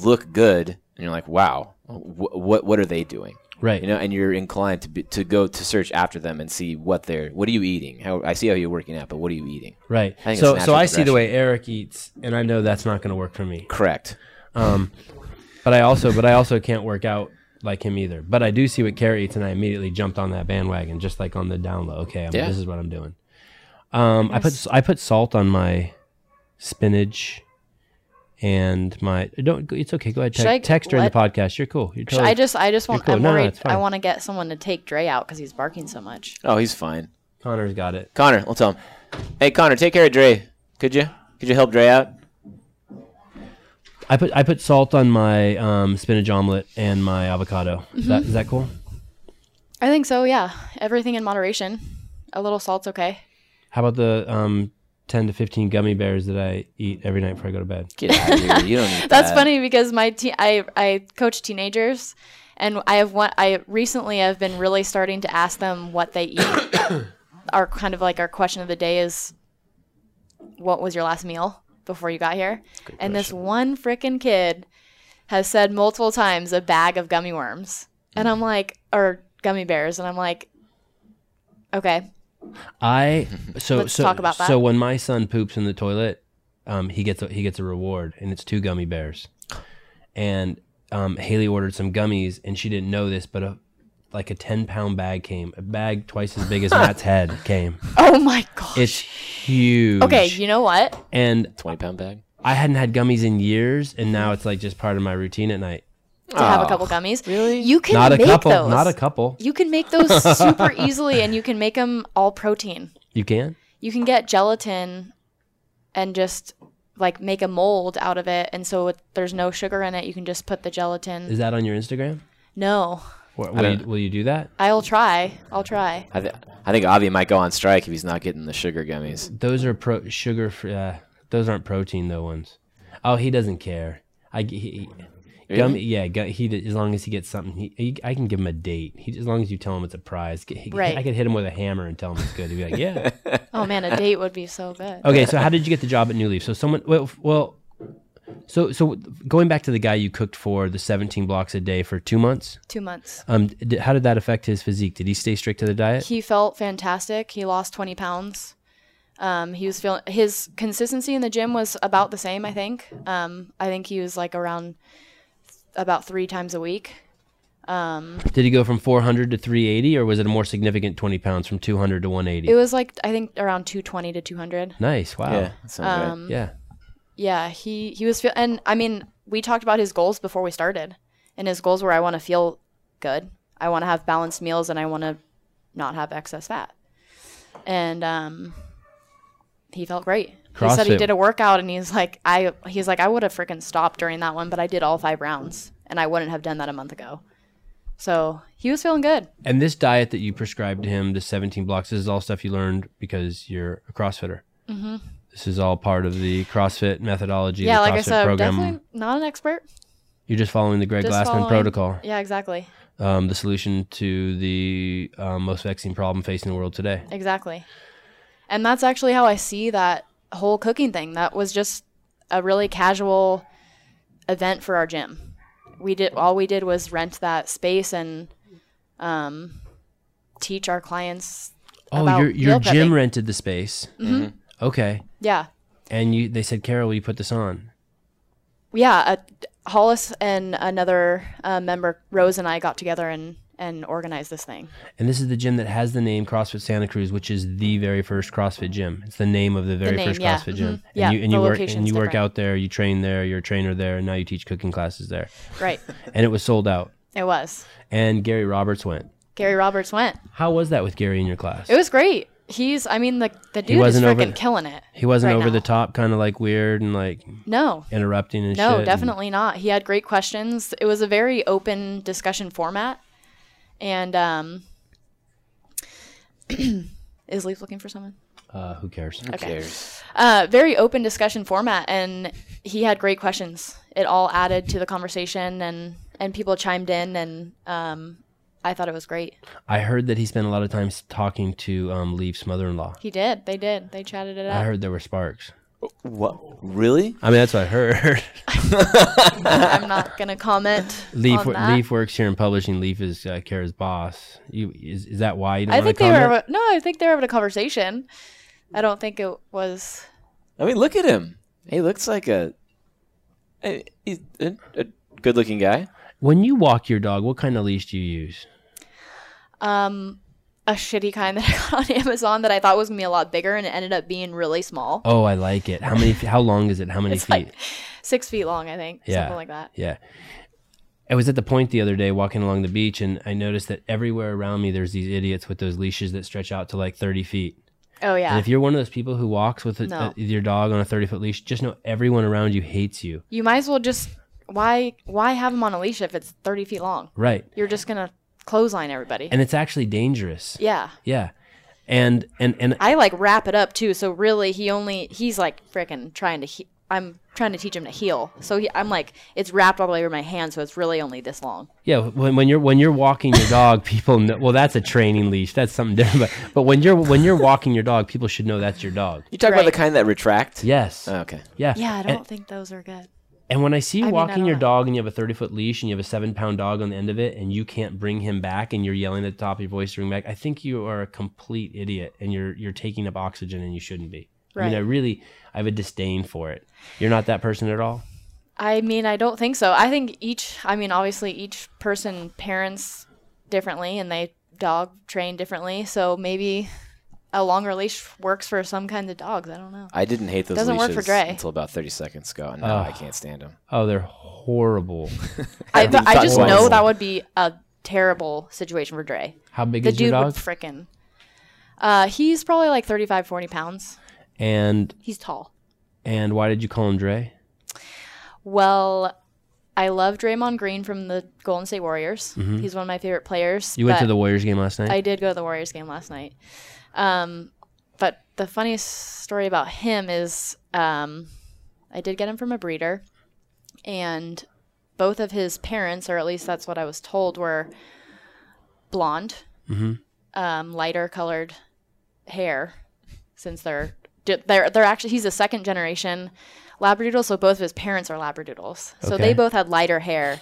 Speaker 3: look good, and you're like, wow, wh- what what are they doing?
Speaker 1: right.
Speaker 3: You know, and you're inclined to be, to go to search after them and see what they're what are you eating? How I see how you're working out, but what are you eating?
Speaker 1: Right.
Speaker 3: think it's
Speaker 1: So so
Speaker 3: natural
Speaker 1: I see the
Speaker 3: progression.
Speaker 1: way Eric eats, and I know that's not going to work for me.
Speaker 3: Correct.
Speaker 1: Um, but I also but I also can't work out like him either. But I do see what Carrie eats, and I immediately jumped on that bandwagon, just like on the down low. Okay, I'm,
Speaker 3: Yeah.
Speaker 1: this is what I'm doing. Um, I put I put salt on my spinach and my don't. It's okay. Go ahead.
Speaker 2: Should I-
Speaker 1: Text, text during the
Speaker 2: what?
Speaker 1: podcast. You're cool. You're
Speaker 2: Sh-
Speaker 1: totally.
Speaker 2: I just, I just want.
Speaker 1: cool.
Speaker 2: I'm
Speaker 1: No, no,
Speaker 2: worried.
Speaker 1: it's
Speaker 2: I
Speaker 1: fine.
Speaker 2: want to get someone to take Dre out because he's barking so much.
Speaker 3: Oh, he's fine.
Speaker 1: Connor's got it.
Speaker 3: Connor, we'll tell him. Hey, Connor, take care of Dre. Could you? Could you help Dre out?
Speaker 1: I put I put salt on my um, spinach omelet and my avocado. Is
Speaker 2: Mm-hmm.
Speaker 1: that is that cool?
Speaker 2: I think so. Yeah, everything in moderation. A little salt's okay.
Speaker 1: How about the um, ten to fifteen gummy bears that I eat every night before I go to bed?
Speaker 3: Get out of here. You don't need
Speaker 2: That's
Speaker 3: that.
Speaker 2: funny because my te- I I coach teenagers, and I have one. I recently I've been really starting to ask them what they eat. our kind of like our question of the day is, what was your last meal before you got here? And this one frickin' kid has said multiple times a bag of gummy worms, and I'm like, or gummy bears, and I'm like, okay,
Speaker 1: I so
Speaker 2: Let's
Speaker 1: so
Speaker 2: talk about that.
Speaker 1: so when my son poops in the toilet, um, he gets a, he gets a reward and it's two gummy bears, and um, Haley ordered some gummies and she didn't know this, but a like a ten pound bag came, a bag twice as big as Matt's head came.
Speaker 2: oh my god.
Speaker 1: It's huge.
Speaker 2: Okay, you know what?
Speaker 1: and
Speaker 3: Twenty pound bag.
Speaker 1: I hadn't had gummies in years, and now it's like just part of my routine at night.
Speaker 2: to have
Speaker 3: Oh.
Speaker 2: a couple gummies.
Speaker 3: Really?
Speaker 2: You can
Speaker 1: Not a
Speaker 2: make
Speaker 1: couple.
Speaker 2: those.
Speaker 1: Not a couple.
Speaker 2: you can make those super easily, and you can make them all protein.
Speaker 1: You can.
Speaker 2: You can get gelatin, and just like make a mold out of it, and so it, there's no sugar in it. You can just put the gelatin.
Speaker 1: Is that on your Instagram?
Speaker 2: no,
Speaker 1: Or will, you,
Speaker 3: don't-
Speaker 1: will you do that?
Speaker 2: I'll try. I'll try.
Speaker 3: I, th- I think Avi might go on strike if he's not getting the sugar gummies.
Speaker 1: Those are pro- sugar. fr- Uh, those aren't protein though ones. Oh, he doesn't care. I g- he, he, gummy. Yeah, gu- he d- as long as he gets something, he, he I can give him a date. He, as long as you tell him it's a prize. G- he-
Speaker 2: Right.
Speaker 1: I could hit him with a hammer and tell him it's good. He'd be like, yeah.
Speaker 2: Oh man, a date would be so good.
Speaker 1: Okay, so how did you get the job at New Leaf? So someone, well, f- well, so so going back to the guy you cooked for the 17 blocks a day for two months.
Speaker 2: Two months.
Speaker 1: Um, d how did that affect his physique? Did he stay strict to the diet?
Speaker 2: He felt fantastic. He lost 20 pounds. Um, he was feeling his consistency in the gym was about the same. I think. Um, I think he was like around about three times a week.
Speaker 1: Did he go from 400 to 380, or was it a more significant 20 pounds from 200 to 180?
Speaker 2: It was like I think around 220 to 200.
Speaker 1: nice. Wow.
Speaker 3: Yeah, that Oh, sounds right.
Speaker 1: Yeah.
Speaker 2: Yeah, he he was feel and I mean, we talked about his goals before we started. And his goals were I want to feel good. I want to have balanced meals and I want to not have excess fat. And um he felt great. He said he
Speaker 1: CrossFit.
Speaker 2: did a workout and he's like I he's like I would have freaking stopped during that one, but I did all 5 rounds and I wouldn't have done that a month ago. So, he was feeling good.
Speaker 1: And this diet that you prescribed to him, the 17 blocks, this is all stuff you learned because you're a CrossFitter. Mm-hmm. This is all part of the CrossFit methodology.
Speaker 2: yeah,
Speaker 1: the
Speaker 2: like
Speaker 1: CrossFit
Speaker 2: I said, I'm
Speaker 1: program.
Speaker 2: definitely not an expert.
Speaker 1: You're just following the Greg
Speaker 2: Just
Speaker 1: Glassman
Speaker 2: following-
Speaker 1: protocol.
Speaker 2: Yeah, exactly.
Speaker 1: um, the solution to the uh, most vexing problem facing the world today.
Speaker 2: Exactly. And that's actually how I see that whole cooking thing. That was just a really casual event for our gym. We did all we did was rent that space and um, teach our clients.
Speaker 1: Oh,
Speaker 2: About
Speaker 1: your your
Speaker 2: meal
Speaker 1: gym
Speaker 2: prepping. Mm-hmm.
Speaker 1: rented the space. Okay,
Speaker 2: Yeah,
Speaker 1: and you they said, Carol, will you put this on?
Speaker 2: yeah. Uh, Hollis and another uh, member, Rose and I, got together and and organized this thing.
Speaker 1: And this is the gym that has the name CrossFit Santa Cruz, which is the very first CrossFit gym. It's the name of the very
Speaker 2: name,
Speaker 1: first
Speaker 2: yeah,
Speaker 1: CrossFit gym.
Speaker 2: mhm.
Speaker 1: And
Speaker 2: Yeah,
Speaker 1: you and
Speaker 2: the
Speaker 1: you work and you
Speaker 2: location's
Speaker 1: work
Speaker 2: different.
Speaker 1: out there, you train there, you're a trainer there, and now you teach cooking classes there.
Speaker 2: Right.
Speaker 1: And it was sold out.
Speaker 2: it was.
Speaker 1: And Gary Roberts went.
Speaker 2: Gary Roberts went.
Speaker 1: How was that with Gary in your class?
Speaker 2: It was great. He's. I mean, the the dude is
Speaker 1: wasn't over
Speaker 2: freaking
Speaker 1: the-
Speaker 2: killing it.
Speaker 1: he wasn't
Speaker 2: right
Speaker 1: over
Speaker 2: now.
Speaker 1: the top, kind of like weird and like
Speaker 2: No,
Speaker 1: interrupting and shit.
Speaker 2: No,
Speaker 1: and-
Speaker 2: definitely not. He had great questions. It was a very open discussion format. And um is Leaf looking for someone?
Speaker 1: uh, who cares?
Speaker 3: Who cares?
Speaker 2: Uh very open discussion format and he had great questions. It all added to the conversation and and people chimed in and um I thought it was great.
Speaker 1: I heard that he spent a lot of time s- talking to um, Leaf's mother-in-law.
Speaker 2: He did. They did. They chatted it
Speaker 1: I
Speaker 2: up.
Speaker 1: heard there were sparks.
Speaker 3: What? Really?
Speaker 1: I mean, that's what I heard.
Speaker 2: I'm not going to comment
Speaker 1: Leaf,
Speaker 2: on
Speaker 1: wo-
Speaker 2: that.
Speaker 1: Leaf works here in publishing. Leaf is uh, Kara's boss. You, is, is that why you don't
Speaker 2: I
Speaker 1: want
Speaker 2: think
Speaker 1: to
Speaker 2: they were
Speaker 1: comment?
Speaker 2: having- No, I think they were having a conversation. I don't think it was
Speaker 3: I mean, look at him. He looks like a. eh, He's a, a good-looking guy.
Speaker 1: when you walk your dog, what kind of leash do you use?
Speaker 2: um a shitty kind that I got on Amazon that I thought was gonna be a lot bigger and it ended up being really small.
Speaker 1: Oh, I like it. How many? fe- How long is it? How many
Speaker 2: It's
Speaker 1: feet?
Speaker 2: like six feet long, I think.
Speaker 1: Yeah.
Speaker 2: Something like that.
Speaker 1: Yeah. I was at the point the other day walking along the beach and I noticed that everywhere around me there's these idiots with those leashes that stretch out to like 30 feet.
Speaker 2: Oh yeah.
Speaker 1: And if you're one of those people who walks with a,
Speaker 2: No.
Speaker 1: a- your dog on a 30 foot leash, just know everyone around you hates you.
Speaker 2: you might as well just why why have them on a leash if it's 30 feet long?
Speaker 1: Right.
Speaker 2: You're just gonna clothesline everybody.
Speaker 1: And it's actually dangerous.
Speaker 2: yeah.
Speaker 1: Yeah. And, and, and
Speaker 2: I like wrap it up too. So really, he only he's like freaking trying to. He- I'm trying to teach him to heal. So he, I'm like, it's wrapped all the way over my hand, so it's really only this long.
Speaker 1: Yeah, when, when you're when you're walking your dog, people know. Well, that's a training leash. That's something different. But, but when you're when you're walking your dog, people should know that's your dog.
Speaker 3: You talk about the
Speaker 2: Right.
Speaker 3: kind that retract.
Speaker 1: Yes.
Speaker 3: Oh, okay.
Speaker 1: yeah.
Speaker 2: Yeah, I
Speaker 1: And-
Speaker 2: don't think those are good.
Speaker 1: And when I see you
Speaker 2: I mean, I
Speaker 1: walking
Speaker 2: don't
Speaker 1: your
Speaker 2: know.
Speaker 1: dog and you have a 30 foot leash and you have a seven pound dog on the end of it and you can't bring him back and you're yelling at the top of your voice to bring him back, I think you are a complete idiot and you're you're taking up oxygen and you shouldn't be. I mean,
Speaker 2: Right.
Speaker 1: I really I have a disdain for it. You're not that person at all.
Speaker 2: I mean, I don't think so. I think each, I mean, obviously each person parents differently and they dog train differently. So maybe a longer leash works for some kinds of dogs. I don't know.
Speaker 3: I didn't hate those
Speaker 2: Doesn't work for
Speaker 3: leashes
Speaker 2: Dre.
Speaker 3: until about 30 seconds ago, and now
Speaker 1: Ugh.
Speaker 3: I can't stand them.
Speaker 1: Oh, they're horrible.
Speaker 2: I,
Speaker 3: haven't
Speaker 2: I
Speaker 3: thought
Speaker 2: just
Speaker 3: twice.
Speaker 2: know that would be a terrible situation for Dre.
Speaker 1: How big
Speaker 2: The
Speaker 1: is your
Speaker 2: dude would
Speaker 1: dog?
Speaker 2: frickin' Uh, he's probably like 35, 40 pounds.
Speaker 1: and
Speaker 2: He's tall.
Speaker 1: and why did you call him Dre?
Speaker 2: Well, I love Draymond Green from the Golden State Warriors. He's one of my favorite players.
Speaker 1: Mm-hmm. You went to
Speaker 2: but-
Speaker 1: the Warriors game last night.
Speaker 2: I did go to the Warriors game last night. Um, but the funniest story about him is um, I did get him from a breeder, and both of his parents, or at least that's what I was told, were blonde,
Speaker 1: Mm-hmm.
Speaker 2: um, lighter colored hair, since they're they're they're actually he's a second generation labradoodle, so both of his parents are labradoodles, so
Speaker 1: Okay.
Speaker 2: they both had lighter hair,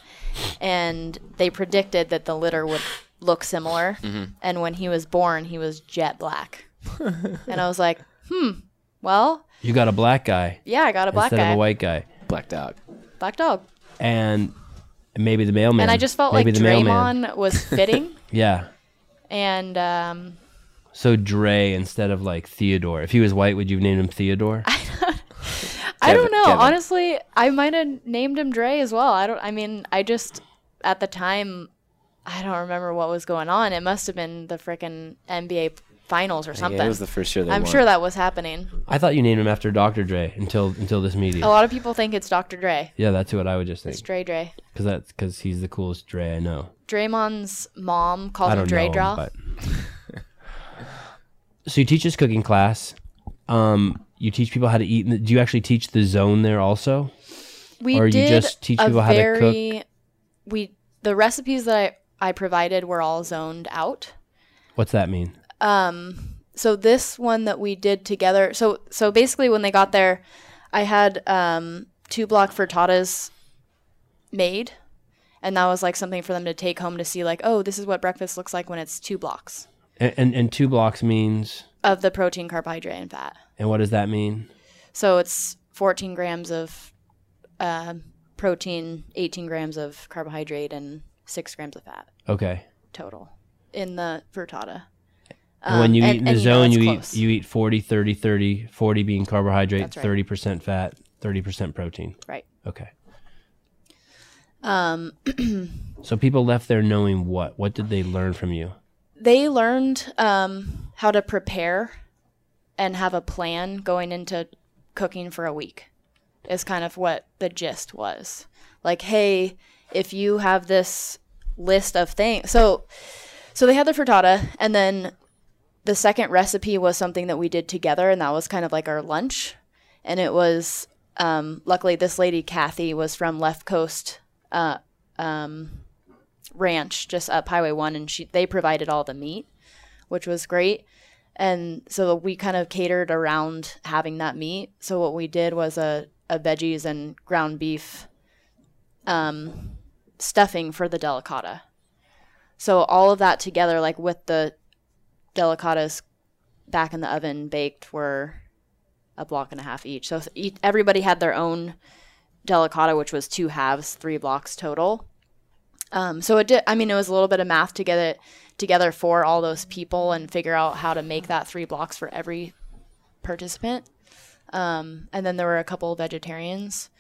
Speaker 2: and they predicted that the litter would look similar. And when he was born, he was jet black, and I was like, hmm, well,
Speaker 1: you got a black guy
Speaker 2: yeah, I got a black
Speaker 1: instead
Speaker 2: guy,
Speaker 1: of a white guy,
Speaker 3: Black dog.
Speaker 2: black dog,
Speaker 1: and maybe the mailman.
Speaker 2: and I just felt
Speaker 1: maybe
Speaker 2: like
Speaker 1: the
Speaker 2: Draymond
Speaker 1: Mailman.
Speaker 2: was fitting,
Speaker 1: Yeah.
Speaker 2: and um,
Speaker 1: So Dre instead of like Theodore. If he was white, would you have named him Theodore?
Speaker 2: I don't
Speaker 3: Kevin-
Speaker 2: know.
Speaker 3: Kevin.
Speaker 2: Honestly, I might have named him Dre as well. I don't. I mean, I just at the time, I don't remember what was going on. It must have been the freaking NBA finals or something.
Speaker 3: Yeah, it was the first year they
Speaker 2: I'm
Speaker 3: won.
Speaker 2: sure that was happening.
Speaker 1: I thought you named him after Dr. Dre until until this meeting.
Speaker 2: A lot of people think it's Dr. Dre.
Speaker 1: Yeah, that's what I would just think
Speaker 2: Oh. It's Dre Dre.
Speaker 1: because that's because he's the coolest Dre I know.
Speaker 2: Draymond's mom
Speaker 1: I
Speaker 2: called him
Speaker 1: don't
Speaker 2: Dre
Speaker 1: know,
Speaker 2: Draw.
Speaker 1: but so you teach this cooking class. Um, you teach people how to eat. In the, do you actually teach the zone there also?
Speaker 2: we
Speaker 1: or you
Speaker 2: did
Speaker 1: just teach
Speaker 2: a
Speaker 1: people how to cook?
Speaker 2: very, We the recipes that I, I provided were all zoned out.
Speaker 1: What's that mean?
Speaker 2: so this one that we did together so so basically when they got there i had um two block frittatas made and that was like something for them to take home to see like oh this is what breakfast looks like when it's two blocks
Speaker 1: And and, and two blocks means.
Speaker 2: of the protein carbohydrate and fat
Speaker 1: And what does that mean?
Speaker 2: so it's 14 grams of uh, protein 18 grams of carbohydrate and 6 grams of fat
Speaker 1: Okay.
Speaker 2: total in the frittata
Speaker 1: And when you
Speaker 2: Um,
Speaker 1: eat in the
Speaker 2: and,
Speaker 1: zone,
Speaker 2: and,
Speaker 1: you,
Speaker 2: know,
Speaker 1: eat
Speaker 2: it's
Speaker 1: you eat 40, 30, 30, 40 being carbohydrate,
Speaker 2: That's right.
Speaker 1: thirty percent fat, thirty percent protein.
Speaker 2: close. right
Speaker 1: Okay.
Speaker 2: um,
Speaker 1: So people left there knowing what? What did they learn from you?
Speaker 2: they learned um, how to prepare and have a plan going into cooking for a week is kind of what the gist was like hey if you have this list of things so so they had the frittata and then the second recipe was something that we did together and that was kind of like our lunch and it was um, luckily this lady kathy was from left coast ranch just up highway 1 and she they provided all the meat which was great and so we kind of catered around having that meat so what we did was a, a veggies and ground beef um, stuffing for the delicata so all of that together like with the delicatas back in the oven baked were a block and a half each so each, everybody had their own delicata which was two halves three blocks total um, so it did. I mean, it was a little bit of math to get it together for all those people and figure out how to make that three blocks for every participant. Um, and then there were a couple vegetarians.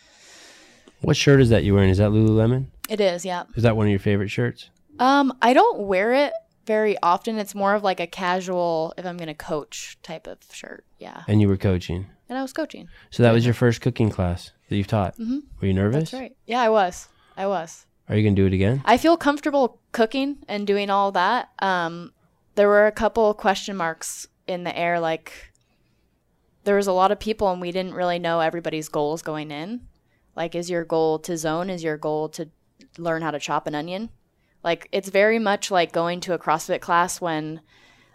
Speaker 1: What shirt is that you're wearing? Is that Lululemon?
Speaker 2: It is, yeah.
Speaker 1: Is that one of your favorite shirts?
Speaker 2: Um, I don't wear it very often. It's more of like a casual, if I'm going to coach type of shirt. Yeah.
Speaker 1: And you were coaching.
Speaker 2: And I was coaching.
Speaker 1: So that was your first cooking class that you've taught.
Speaker 2: Mhm.
Speaker 1: Were you nervous?
Speaker 2: That's right. Yeah, I was. I was.
Speaker 1: Are you going to do it again?
Speaker 2: I feel comfortable cooking and doing all that. Um, there were a couple question marks in the air. Like, there was a lot of people, and we didn't really know everybody's goals going in. Like, is your goal to zone? Is your goal to learn how to chop an onion? Like, it's very much like going to a CrossFit class when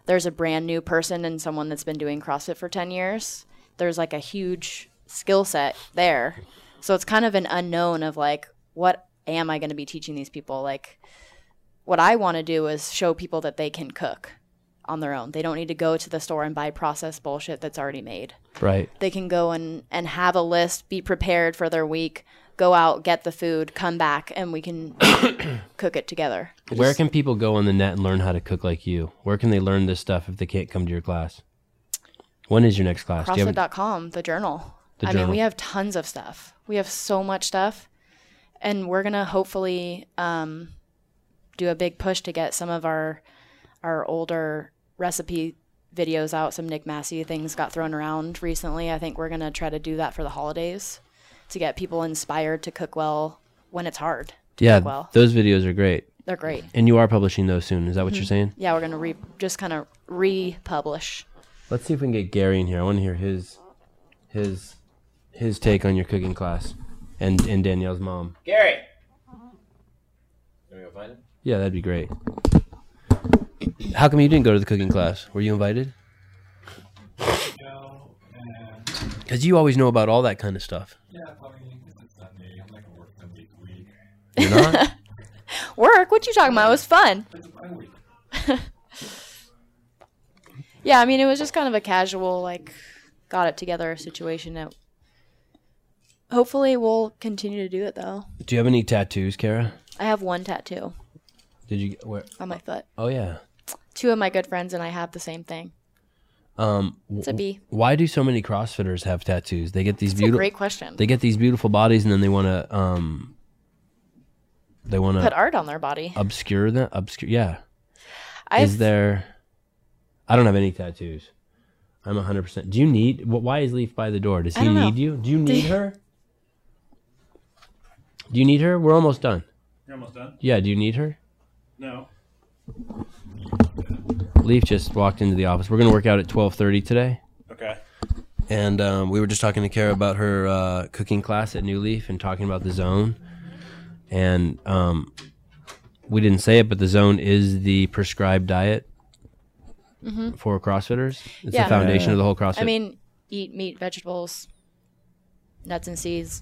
Speaker 2: there's a brand new person and someone that's been doing CrossFit for 10 years. There's like a huge skill set there. So it's kind of an unknown of like, what am I going to be teaching these people? Like, what I want to do is show people that they can cook on their own. They don't need to go to the store and buy processed bullshit that's already made.
Speaker 1: Right.
Speaker 2: They can go and, and have a list, be prepared for their week, go out, get the food, come back, and we can cook it together.
Speaker 1: Where can people go on the net and learn how to cook like you? Where can they learn this stuff if they can't come to your class? When is your next class? Do you have a-
Speaker 2: CrossFit.com, the journal.
Speaker 1: The
Speaker 2: I
Speaker 1: journal.
Speaker 2: mean, we have tons of stuff. We have so much stuff. And we're going to hopefully um, do a big push to get some of our our older recipe videos out. Some Nick Massey things got thrown around recently. I think we're going to try to do that for the holidays to get people inspired to cook well when it's hard. to
Speaker 1: yeah,
Speaker 2: cook well.
Speaker 1: those videos are great.
Speaker 2: They're great.
Speaker 1: And you are publishing those soon. Is that
Speaker 2: Mm-hmm.
Speaker 1: what you're saying?
Speaker 2: Yeah, we're going to re- just kind of republish.
Speaker 1: Let's see if we can get Gary in here. I want to hear his his his take on your cooking class and and Danielle's mom.
Speaker 3: Gary. Let me go find him.
Speaker 1: Yeah, that'd be great. How come you didn't go to the cooking class? Were you invited?
Speaker 4: No, and
Speaker 1: Because you always know about all that kind of stuff.
Speaker 4: yeah, I mean, it's a Sunday. I'm not gonna work seven days a week.
Speaker 1: You're not.
Speaker 2: Work? What you talking about? It was fun.
Speaker 4: It's my week.
Speaker 2: Yeah, I mean, it was just kind of a casual, like, got it together situation. That hopefully we'll continue to do it though.
Speaker 1: Do you have any tattoos, Kara?
Speaker 2: I have one tattoo
Speaker 1: Did you where?
Speaker 2: on my foot.
Speaker 1: Oh yeah.
Speaker 2: Two of my good friends and I have the same thing.
Speaker 1: Um, w-
Speaker 2: It's a bee.
Speaker 1: why do so many CrossFitters have tattoos? They get these
Speaker 2: It's a
Speaker 1: beautiful.
Speaker 2: great question.
Speaker 1: They get these beautiful bodies, and then they want to. Um, they want
Speaker 2: Put
Speaker 1: to
Speaker 2: art on their body.
Speaker 1: obscure them. Obscure. Yeah.
Speaker 2: I
Speaker 1: uh, Is there? I don't have any tattoos. I'm 100. percent Do you need? wh- Why is Leaf by the door? Does
Speaker 2: I
Speaker 1: he
Speaker 2: don't know.
Speaker 1: need you? Do you need her? Do you need her? We're almost done.
Speaker 5: You're almost done.
Speaker 1: Yeah. Do you need her?
Speaker 5: No.
Speaker 1: Leaf just walked into the office. We're gonna work out at 12:30 today.
Speaker 5: Okay.
Speaker 1: and um, we were just talking to Kara about her uh, cooking class at New Leaf and talking about the zone. And um, we didn't say it, but the zone is the prescribed diet for CrossFitters. It's
Speaker 2: Mm-hmm. Yeah.
Speaker 1: the foundation
Speaker 3: Yeah.
Speaker 1: of the whole CrossFit.
Speaker 2: I mean, eat meat, vegetables, nuts and seeds,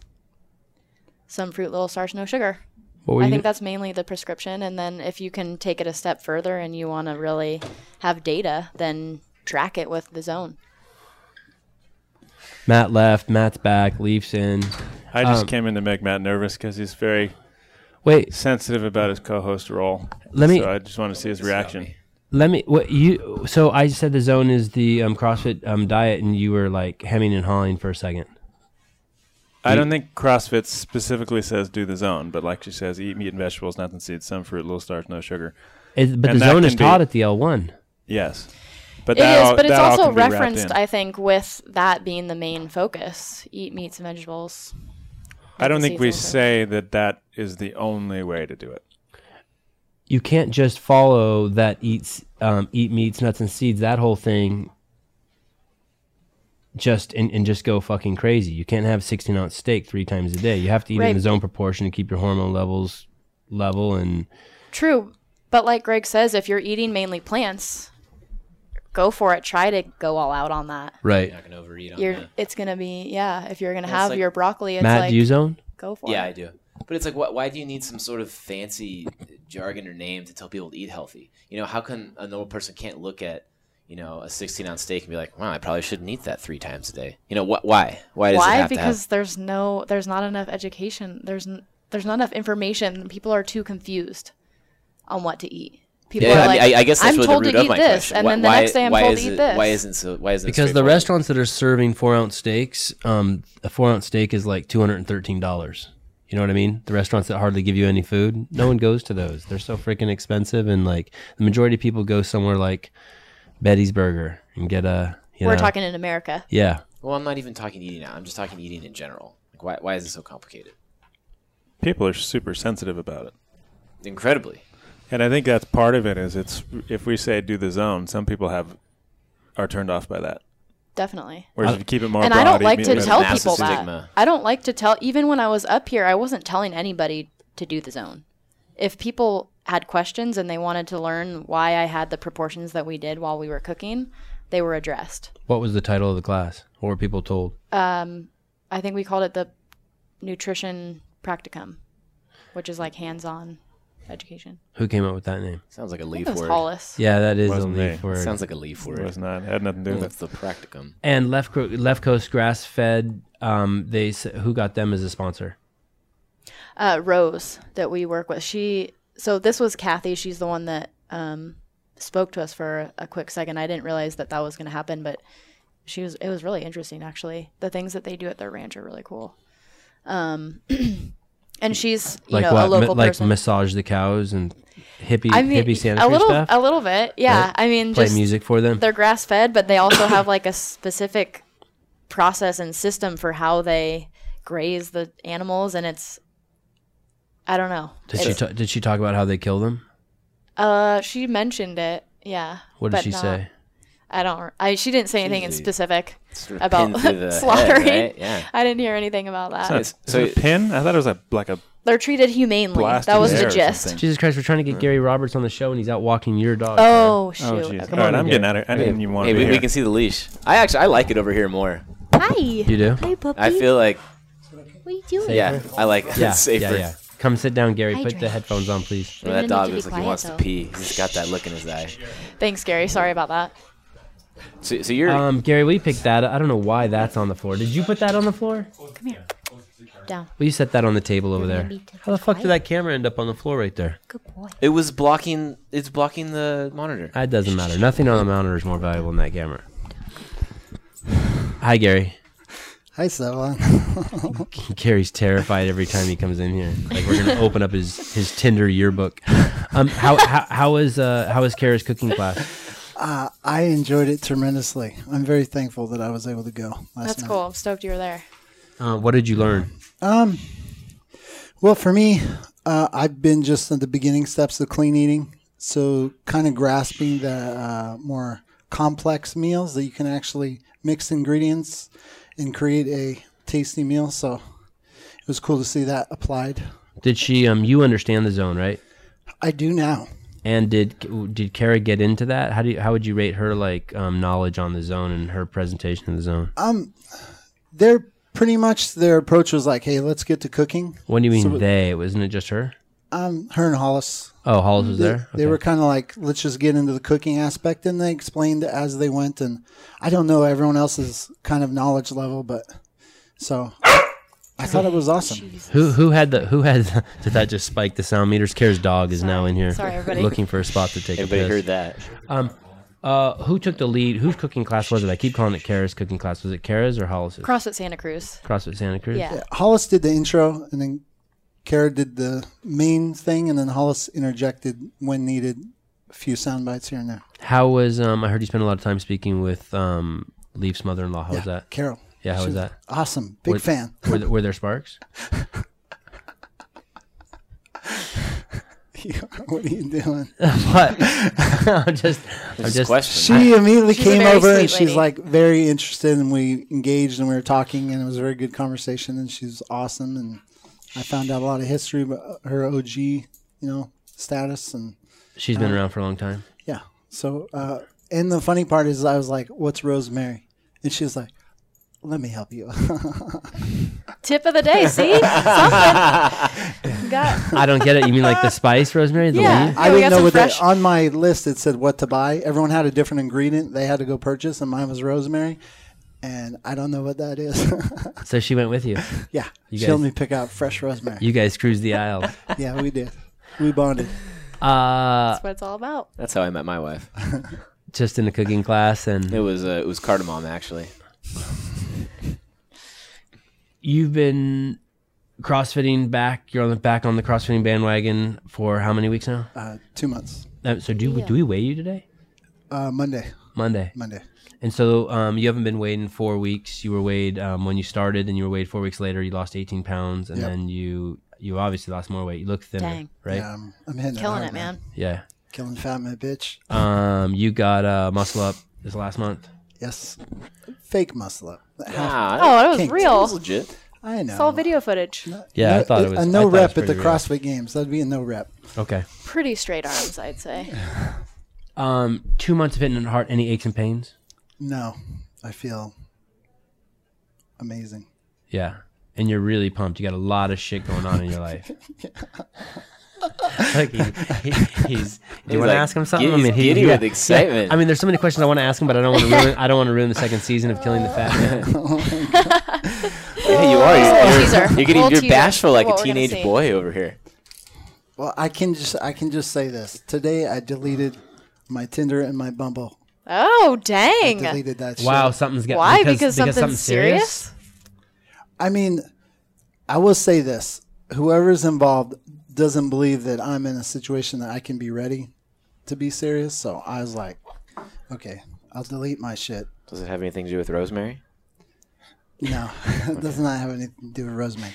Speaker 2: some fruit, little stars, no sugar.
Speaker 1: what were
Speaker 2: I
Speaker 1: you?
Speaker 2: think that's mainly the prescription. And then if you can take it a step further and you want to really have data, then track it with the zone.
Speaker 1: Matt left. Matt's back. Leaf's in.
Speaker 5: I just
Speaker 1: Um,
Speaker 5: came in to make Matt nervous because he's very
Speaker 1: Wait,
Speaker 5: sensitive about his co-host role.
Speaker 1: Let me-
Speaker 5: So I just want to see his reaction.
Speaker 1: let me. What you? So I said the zone is the um, CrossFit um, diet, and you were like hemming and hawing for a second.
Speaker 5: I don't think CrossFit specifically says do the zone, but like she says, eat meat and vegetables, nuts and seeds, some fruit, little starch, no sugar.
Speaker 1: It, but
Speaker 5: And
Speaker 1: the
Speaker 5: that
Speaker 1: zone
Speaker 5: can
Speaker 1: is
Speaker 5: be-
Speaker 1: taught at the L1.
Speaker 5: Yes. But
Speaker 2: It is,
Speaker 5: all-
Speaker 2: but it's
Speaker 5: all
Speaker 2: also
Speaker 5: can be wrapped
Speaker 2: referenced,
Speaker 5: in.
Speaker 2: I think, with that being the main focus. Eat meats and vegetables.
Speaker 5: I don't
Speaker 2: can see
Speaker 5: think
Speaker 2: it's
Speaker 5: we
Speaker 2: also-
Speaker 5: say that that is the only way to do it.
Speaker 1: you can't just follow that eats um, eat meats nuts and seeds that whole thing just and, and just go fucking crazy you can't have 16 ounce steak three times a day you have to eat it in
Speaker 2: Right.
Speaker 1: the zone proportion to keep your hormone levels level and
Speaker 2: True, but like Greg says, if you're eating mainly plants, go for it. Try to go all out on that.
Speaker 1: right
Speaker 3: You're not gonna overeat on
Speaker 2: You're,
Speaker 3: that.
Speaker 2: it's gonna be yeah. If you're gonna
Speaker 3: Well, it's
Speaker 2: have
Speaker 3: like-
Speaker 2: your broccoli, it's
Speaker 1: matt
Speaker 2: like
Speaker 1: do you zone
Speaker 2: go for
Speaker 3: Yeah, I
Speaker 2: it.
Speaker 3: do. But it's like, why, why do you need some sort of fancy jargon or name to tell people to eat healthy? You know, how can a normal person can't look at, you know, a 16 ounce steak and be like, wow, I probably shouldn't eat that three times a day? You know, wh- why? Why does it
Speaker 2: Why?
Speaker 3: have to
Speaker 2: Because
Speaker 3: have?
Speaker 2: there's no, there's not enough education. There's n- there's not enough information. People are too confused on what to eat. People
Speaker 3: Yeah,
Speaker 2: are
Speaker 3: I, mean,
Speaker 2: like,
Speaker 3: I, I guess that's
Speaker 2: am
Speaker 3: what
Speaker 2: told
Speaker 3: the root
Speaker 2: to
Speaker 3: of
Speaker 2: eat
Speaker 3: my
Speaker 2: this,
Speaker 3: question.
Speaker 2: and
Speaker 3: why,
Speaker 2: then the next
Speaker 3: why-
Speaker 2: day I'm
Speaker 3: why
Speaker 2: told
Speaker 3: is
Speaker 2: to eat
Speaker 3: it-
Speaker 2: this.
Speaker 3: Why isn't so? Why isn't it
Speaker 1: because the
Speaker 3: straightforward?
Speaker 1: restaurants that are serving four ounce steaks um, a four ounce steak is like $213 You know what I mean? The restaurants that hardly give you any food, no one goes to those. They're so freaking expensive, and like the majority of people go somewhere like Betty's Burger and get a. You
Speaker 2: We're
Speaker 1: know,
Speaker 2: talking in America.
Speaker 1: Yeah,
Speaker 3: Well, I'm not even talking eating now. I'm just talking eating in general. Like, why, why is it so complicated?
Speaker 5: People are super sensitive about it.
Speaker 3: Incredibly.
Speaker 5: And I think that's part of it is it's if we say do the zone, some people have are turned off by that.
Speaker 2: Definitely.
Speaker 5: Whereas if you keep it more
Speaker 2: and I don't
Speaker 5: broad,
Speaker 2: like
Speaker 5: meat
Speaker 2: to
Speaker 5: with-
Speaker 2: tell
Speaker 3: massive
Speaker 2: people that.
Speaker 3: stigma.
Speaker 2: I don't like to tell. Even when I was up here, I wasn't telling anybody to do the zone. If people had questions and they wanted to learn why I had the proportions that we did while we were cooking, they were addressed.
Speaker 1: What was the title of the class? What were people told?
Speaker 2: I think we called it the nutrition practicum, which is like hands-on education.
Speaker 1: Who came up with that name?
Speaker 3: Sounds like a
Speaker 2: I
Speaker 3: leaf
Speaker 2: think it was
Speaker 3: word.
Speaker 2: Hollis.
Speaker 1: Yeah, that is
Speaker 5: Wasn't
Speaker 1: the
Speaker 5: me.
Speaker 1: leaf word.
Speaker 3: Sounds like a leaf
Speaker 5: It
Speaker 3: word.
Speaker 5: was not. It had nothing to do with
Speaker 3: That's
Speaker 5: it.
Speaker 3: the practicum.
Speaker 1: and left Co- left coast grass fed. Um, they s- who got them as a sponsor?
Speaker 2: uh, Rose that we work with. She so this was Kathy. She's the one that um, spoke to us for a quick second. I didn't realize that that was going to happen, but she was. It was really interesting, actually. The things that they do at their ranch are really cool. Um, and she's you know a
Speaker 1: Ma-
Speaker 2: local
Speaker 1: like
Speaker 2: person.
Speaker 1: massage the cows and hippie
Speaker 2: I mean,
Speaker 1: hippie
Speaker 2: a
Speaker 1: sanitary
Speaker 2: little,
Speaker 1: stuff.
Speaker 2: a little bit, yeah.
Speaker 1: Right?
Speaker 2: I mean,
Speaker 1: Play
Speaker 2: just
Speaker 1: music for them.
Speaker 2: they're grass fed, but they also have like a specific process and system for how they graze the animals, and it's. I don't know.
Speaker 1: Did
Speaker 2: It's-
Speaker 1: she ta- did she talk about how they kill them?
Speaker 2: Uh, she mentioned it. Yeah.
Speaker 1: What did
Speaker 2: but
Speaker 1: she
Speaker 2: not-
Speaker 1: say?
Speaker 2: I don't. I she didn't say anything in
Speaker 3: Usually-
Speaker 2: specific.
Speaker 3: Sort
Speaker 2: About
Speaker 3: pinned through the
Speaker 2: slaughtering.
Speaker 3: Head, right? Yeah.
Speaker 2: I didn't hear anything about that.
Speaker 5: It's
Speaker 3: Mm. It's-
Speaker 5: so
Speaker 3: so
Speaker 5: a pin? I thought it was a, like a.
Speaker 2: They're treated humanely.
Speaker 5: Blast
Speaker 2: That
Speaker 5: in
Speaker 2: was
Speaker 5: the
Speaker 2: the
Speaker 5: air or
Speaker 2: gist.
Speaker 5: something.
Speaker 1: Jesus Christ, we're trying to get Gary Roberts on the show and he's out walking your dog.
Speaker 2: Oh shoot.
Speaker 5: Oh, jeez.
Speaker 1: come
Speaker 5: All right,
Speaker 1: on
Speaker 5: I'm
Speaker 1: in,
Speaker 5: getting
Speaker 1: Gary.
Speaker 5: out of I didn't even want
Speaker 3: Hey,
Speaker 5: to be
Speaker 3: we, we
Speaker 5: here.
Speaker 3: can see the leash. I actually I like it over here more.
Speaker 2: Hi.
Speaker 1: You do?
Speaker 2: Hi, puppy.
Speaker 3: I feel like
Speaker 2: What are you doing?
Speaker 3: yeah, I like it.
Speaker 1: yeah,
Speaker 3: it's safer.
Speaker 1: yeah, yeah. Come sit down, Gary. Put the
Speaker 2: Hydrate.
Speaker 1: headphones on, please.
Speaker 3: Well,
Speaker 2: Remind him
Speaker 3: that dog
Speaker 2: to be
Speaker 3: looks like he
Speaker 2: quiet,
Speaker 3: wants
Speaker 2: though.
Speaker 3: to pee. He's got that look in his eye.
Speaker 2: Thanks, Gary. Sorry about that.
Speaker 3: So, so you're
Speaker 1: Um, Gary, we picked that. up. I don't know why that's on the floor. Did you put that on the floor?
Speaker 2: Come here. Down.
Speaker 1: Well, you set that on the table over there.
Speaker 2: gonna be
Speaker 1: How the fuck did
Speaker 2: quiet.
Speaker 1: that camera end up on the floor right there?
Speaker 2: Good boy.
Speaker 3: it was blocking it's blocking the monitor.
Speaker 1: It doesn't matter. Nothing on the monitor is more valuable than that camera. Hi, Gary.
Speaker 6: Hi, Stella.
Speaker 1: Gary's terrified every time he comes in here. Like we're gonna open up his his Tinder yearbook. Um, how how how is uh how is Kara's cooking class?
Speaker 6: I enjoyed it tremendously. I'm very thankful that I was able to go last
Speaker 2: That's
Speaker 6: night.
Speaker 2: cool. I'm stoked you were there.
Speaker 1: Uh, what did you learn?
Speaker 6: Well, for me, uh, I've been just at the beginning steps of clean eating. So, kind of grasping the uh, more complex meals that you can actually mix ingredients and create a tasty meal. So, it was cool to see that applied.
Speaker 1: Did she um you understand the zone right?
Speaker 6: I do now.
Speaker 1: And did did Kara get into that? How do you, how would you rate her like um, knowledge on the zone and her presentation of the zone?
Speaker 6: They're pretty much their approach was like, hey, let's get to cooking.
Speaker 1: What do you mean they? Wasn't it just her?
Speaker 6: Her and Hollis
Speaker 1: Oh, Hollis was
Speaker 6: They-
Speaker 1: there.
Speaker 6: They
Speaker 1: Okay.
Speaker 6: were kind of like, let's just get into the cooking aspect, and they explained as they went. And I don't know everyone else's kind of knowledge level, but so I thought it was awesome.
Speaker 1: Who who had the who had the, did that just spike the sound meters? Kara's dog is now in here,
Speaker 2: Sorry, everybody.
Speaker 1: looking for a spot to take
Speaker 3: Everybody
Speaker 1: a piss.
Speaker 3: heard that.
Speaker 1: Uh, who took the lead? Whose cooking class was it? I keep calling it Kara's cooking class. Was it Kara's or Hollis's?
Speaker 2: CrossFit Santa Cruz.
Speaker 1: CrossFit Santa Cruz.
Speaker 2: Yeah.
Speaker 6: Hollis did the intro, and then Kara did the main thing, and then Hollis interjected when needed, a few sound bites here and there.
Speaker 1: How was um? I heard you spent a lot of time speaking with um Leaf's mother-in-law. How was that?
Speaker 6: Carol,
Speaker 1: Yeah, how
Speaker 6: She
Speaker 1: was that?
Speaker 6: Awesome, big
Speaker 1: Were-
Speaker 6: fan.
Speaker 1: Were, th- were there sparks?
Speaker 6: what are you doing?
Speaker 1: what? I'm just. I'm
Speaker 3: Just,
Speaker 1: just.
Speaker 3: question.
Speaker 6: She immediately
Speaker 2: She's a
Speaker 6: came
Speaker 2: very
Speaker 6: over
Speaker 2: sweet
Speaker 6: and she's
Speaker 2: lady.
Speaker 6: like very interested, and we engaged and we were talking, and it was a very good conversation. And she's awesome, and I found out a lot of history about her OG, you know, status, and
Speaker 1: She's been around for a long time.
Speaker 6: yeah. So, uh, and the funny part is, I was like, "What's Rosemary?" And she's like, "Let me help you."
Speaker 2: Tip of the day. See something. Got
Speaker 1: I don't get it. You mean like the spice, rosemary, the
Speaker 2: Yeah.
Speaker 1: leaf?
Speaker 6: I
Speaker 2: we got
Speaker 6: didn't know
Speaker 2: some
Speaker 6: what that
Speaker 2: fresh-
Speaker 6: on my list. It said what to buy. Everyone had a different ingredient they had to go purchase, and mine was rosemary. And I don't know what that is.
Speaker 1: So she went with you.
Speaker 6: yeah,
Speaker 1: You
Speaker 6: she helped
Speaker 1: guys-
Speaker 6: me pick out fresh rosemary.
Speaker 1: You guys cruised the aisle.
Speaker 6: Yeah, we did. We bonded.
Speaker 1: Uh,
Speaker 2: that's what it's all about.
Speaker 3: That's how I met my wife.
Speaker 1: just in a cooking class, and
Speaker 3: It was uh, it was cardamom actually.
Speaker 1: you've been CrossFitting back. You're on the back on the CrossFitting bandwagon for how many weeks now?
Speaker 6: Uh, two months.
Speaker 1: Uh, so do we do we weigh you today?
Speaker 6: Uh, Monday.
Speaker 1: Monday.
Speaker 6: Monday.
Speaker 1: And so um, you haven't been weighing four weeks. You were weighed um, when you started, and you were weighed four weeks later. You lost 18 pounds, and
Speaker 6: Yep.
Speaker 1: then you you obviously lost more weight. You look thinner,
Speaker 2: Dang.
Speaker 1: right?
Speaker 6: Yeah, I'm, Um, I'm hitting
Speaker 2: Killing
Speaker 6: hard
Speaker 2: it, man.
Speaker 1: Yeah.
Speaker 6: Killing fat, my bitch.
Speaker 1: Um, you got uh, muscle up this last month.
Speaker 6: Yes. Fake muscle up.
Speaker 3: Ah,
Speaker 2: Oh, that was
Speaker 6: Kinked.
Speaker 2: real.
Speaker 3: that's legit.
Speaker 6: I know.
Speaker 2: It's all video footage.
Speaker 1: Yeah, I
Speaker 6: No,
Speaker 1: thought it was
Speaker 6: a
Speaker 1: I
Speaker 6: uh, no
Speaker 1: thought it was
Speaker 6: rep at
Speaker 1: pretty
Speaker 6: the
Speaker 1: real.
Speaker 6: CrossFit Games. That'd be a no rep.
Speaker 1: Okay.
Speaker 2: Pretty straight arms, I'd say.
Speaker 1: Um, two months of hitting it hard. Any aches and pains?
Speaker 6: No, I feel amazing.
Speaker 1: Yeah. And you're really pumped. You got a lot of shit going on in your life. like he, he- he's. Do you want to
Speaker 3: like,
Speaker 1: ask him something?
Speaker 3: giddy- he's
Speaker 1: he-
Speaker 3: giddy
Speaker 1: yeah,
Speaker 3: with excitement.
Speaker 1: yeah. I mean, there's so many questions I want to ask him, but I don't want to ruin. I don't want to ruin the second season of Killing the Fat Man.
Speaker 3: Yeah, you are.
Speaker 2: Little
Speaker 3: You're,
Speaker 2: teaser.
Speaker 3: you're getting
Speaker 2: Little
Speaker 3: you're
Speaker 2: teaser
Speaker 3: bashful like
Speaker 2: what
Speaker 3: a
Speaker 2: we're gonna
Speaker 3: teenage
Speaker 2: see.
Speaker 3: boy over here.
Speaker 6: Well, I can just I can just say this. Today I deleted my Tinder and my Bumble.
Speaker 2: Oh, dang.
Speaker 6: Deleted that. shit.
Speaker 1: Wow, something's getting.
Speaker 2: Why? Because, something's serious?
Speaker 6: I mean, I will say this: whoever's involved doesn't believe that I'm in a situation that I can be ready to be serious. So I was like, okay, I'll delete my shit.
Speaker 3: Does it have anything to do with Rosemary?
Speaker 6: No, it does not have anything to do with Rosemary.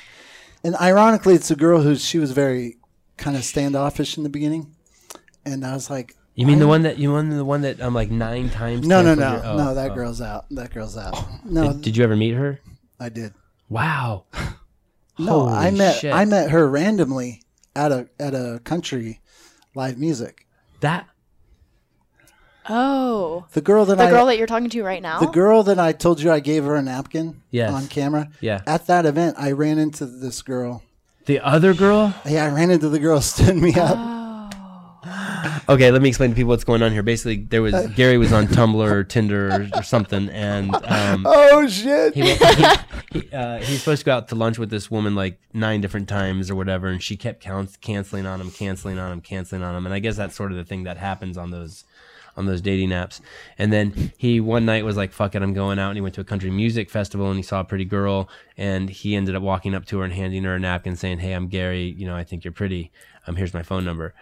Speaker 6: And ironically, it's a girl who she was very kind of standoffish in the beginning, and I was like,
Speaker 1: You mean the one that you mean the one that I'm like nine times?
Speaker 6: no, no, no,
Speaker 1: canceled your- oh,
Speaker 6: no, that
Speaker 1: oh.
Speaker 6: girl's out. That girl's out. No,
Speaker 1: Did, did you ever meet her?
Speaker 6: I did.
Speaker 1: Wow.
Speaker 6: No, I
Speaker 1: Holy
Speaker 6: met
Speaker 1: shit.
Speaker 6: I met her randomly at a at a country live music.
Speaker 1: That
Speaker 2: Oh.
Speaker 6: The girl that
Speaker 2: The
Speaker 6: I
Speaker 2: girl that you're talking to right now?
Speaker 6: the girl that I told you I gave her a napkin
Speaker 1: Yes.
Speaker 6: on camera.
Speaker 1: Yeah.
Speaker 6: At that event, I ran into this girl.
Speaker 1: the other girl.
Speaker 6: Yeah, I ran into the girl, stood me up.
Speaker 1: Okay, let me explain to people what's going on here. Basically, there was
Speaker 6: Uh,
Speaker 1: Gary was on Tumblr or Tinder or something, and um,
Speaker 6: Oh shit!
Speaker 1: he, went- he, he, uh, he's supposed to go out to lunch with this woman like nine different times or whatever, and she kept counts, canceling on him, canceling on him, canceling on him, and I guess that's sort of the thing that happens on those on those dating apps. And then he one night was like, "Fuck it, I'm going out," and he went to a country music festival and he saw a pretty girl, and he ended up walking up to her and handing her a napkin, saying, "Hey, I'm Gary. You know, I think you're pretty. Um, here's my phone number."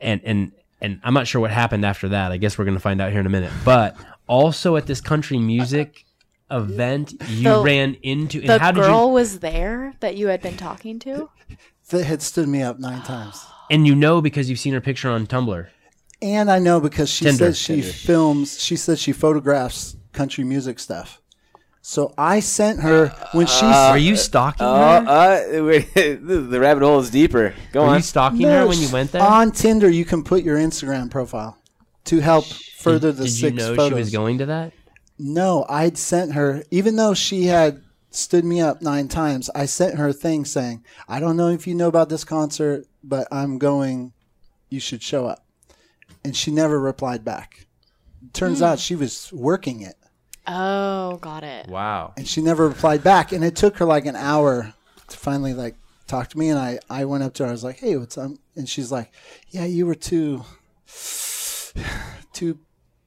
Speaker 1: and and and I'm not sure what happened after that. I guess we're gonna find out here in a minute. But also at this country music event, you
Speaker 2: The-
Speaker 1: ran into and
Speaker 2: the
Speaker 1: how did
Speaker 2: girl
Speaker 1: you
Speaker 2: was there that you had been talking to?
Speaker 6: That had stood me up nine times,
Speaker 1: and you know because you've seen her picture on Tumblr.
Speaker 6: and I know because she
Speaker 1: Tinder.
Speaker 6: said she films. She said she photographs country music stuff. So I sent her when she.
Speaker 1: Uh, Are you stalking
Speaker 3: Oh,
Speaker 1: her?
Speaker 3: uh, wait, the rabbit hole is deeper. Go
Speaker 1: Were
Speaker 3: on.
Speaker 6: uh,
Speaker 1: you stalking her when you went there?
Speaker 6: on Tinder, you can put your Instagram profile to help further
Speaker 1: did
Speaker 6: the
Speaker 1: did you
Speaker 6: six
Speaker 1: know
Speaker 6: photos.
Speaker 1: she was going to that?
Speaker 6: No, I'd sent her, even though she had stood me up nine times, I sent her a thing saying, I don't know if you know about this concert, but I'm going. You should show up. And she never replied back. Turns out she was working it
Speaker 2: Oh, got it.
Speaker 1: Wow.
Speaker 6: and she never replied back. And it took her like an hour to finally like talk to me. And I, I went up to her, I was like, hey, what's up? And she's like, yeah, you were too, too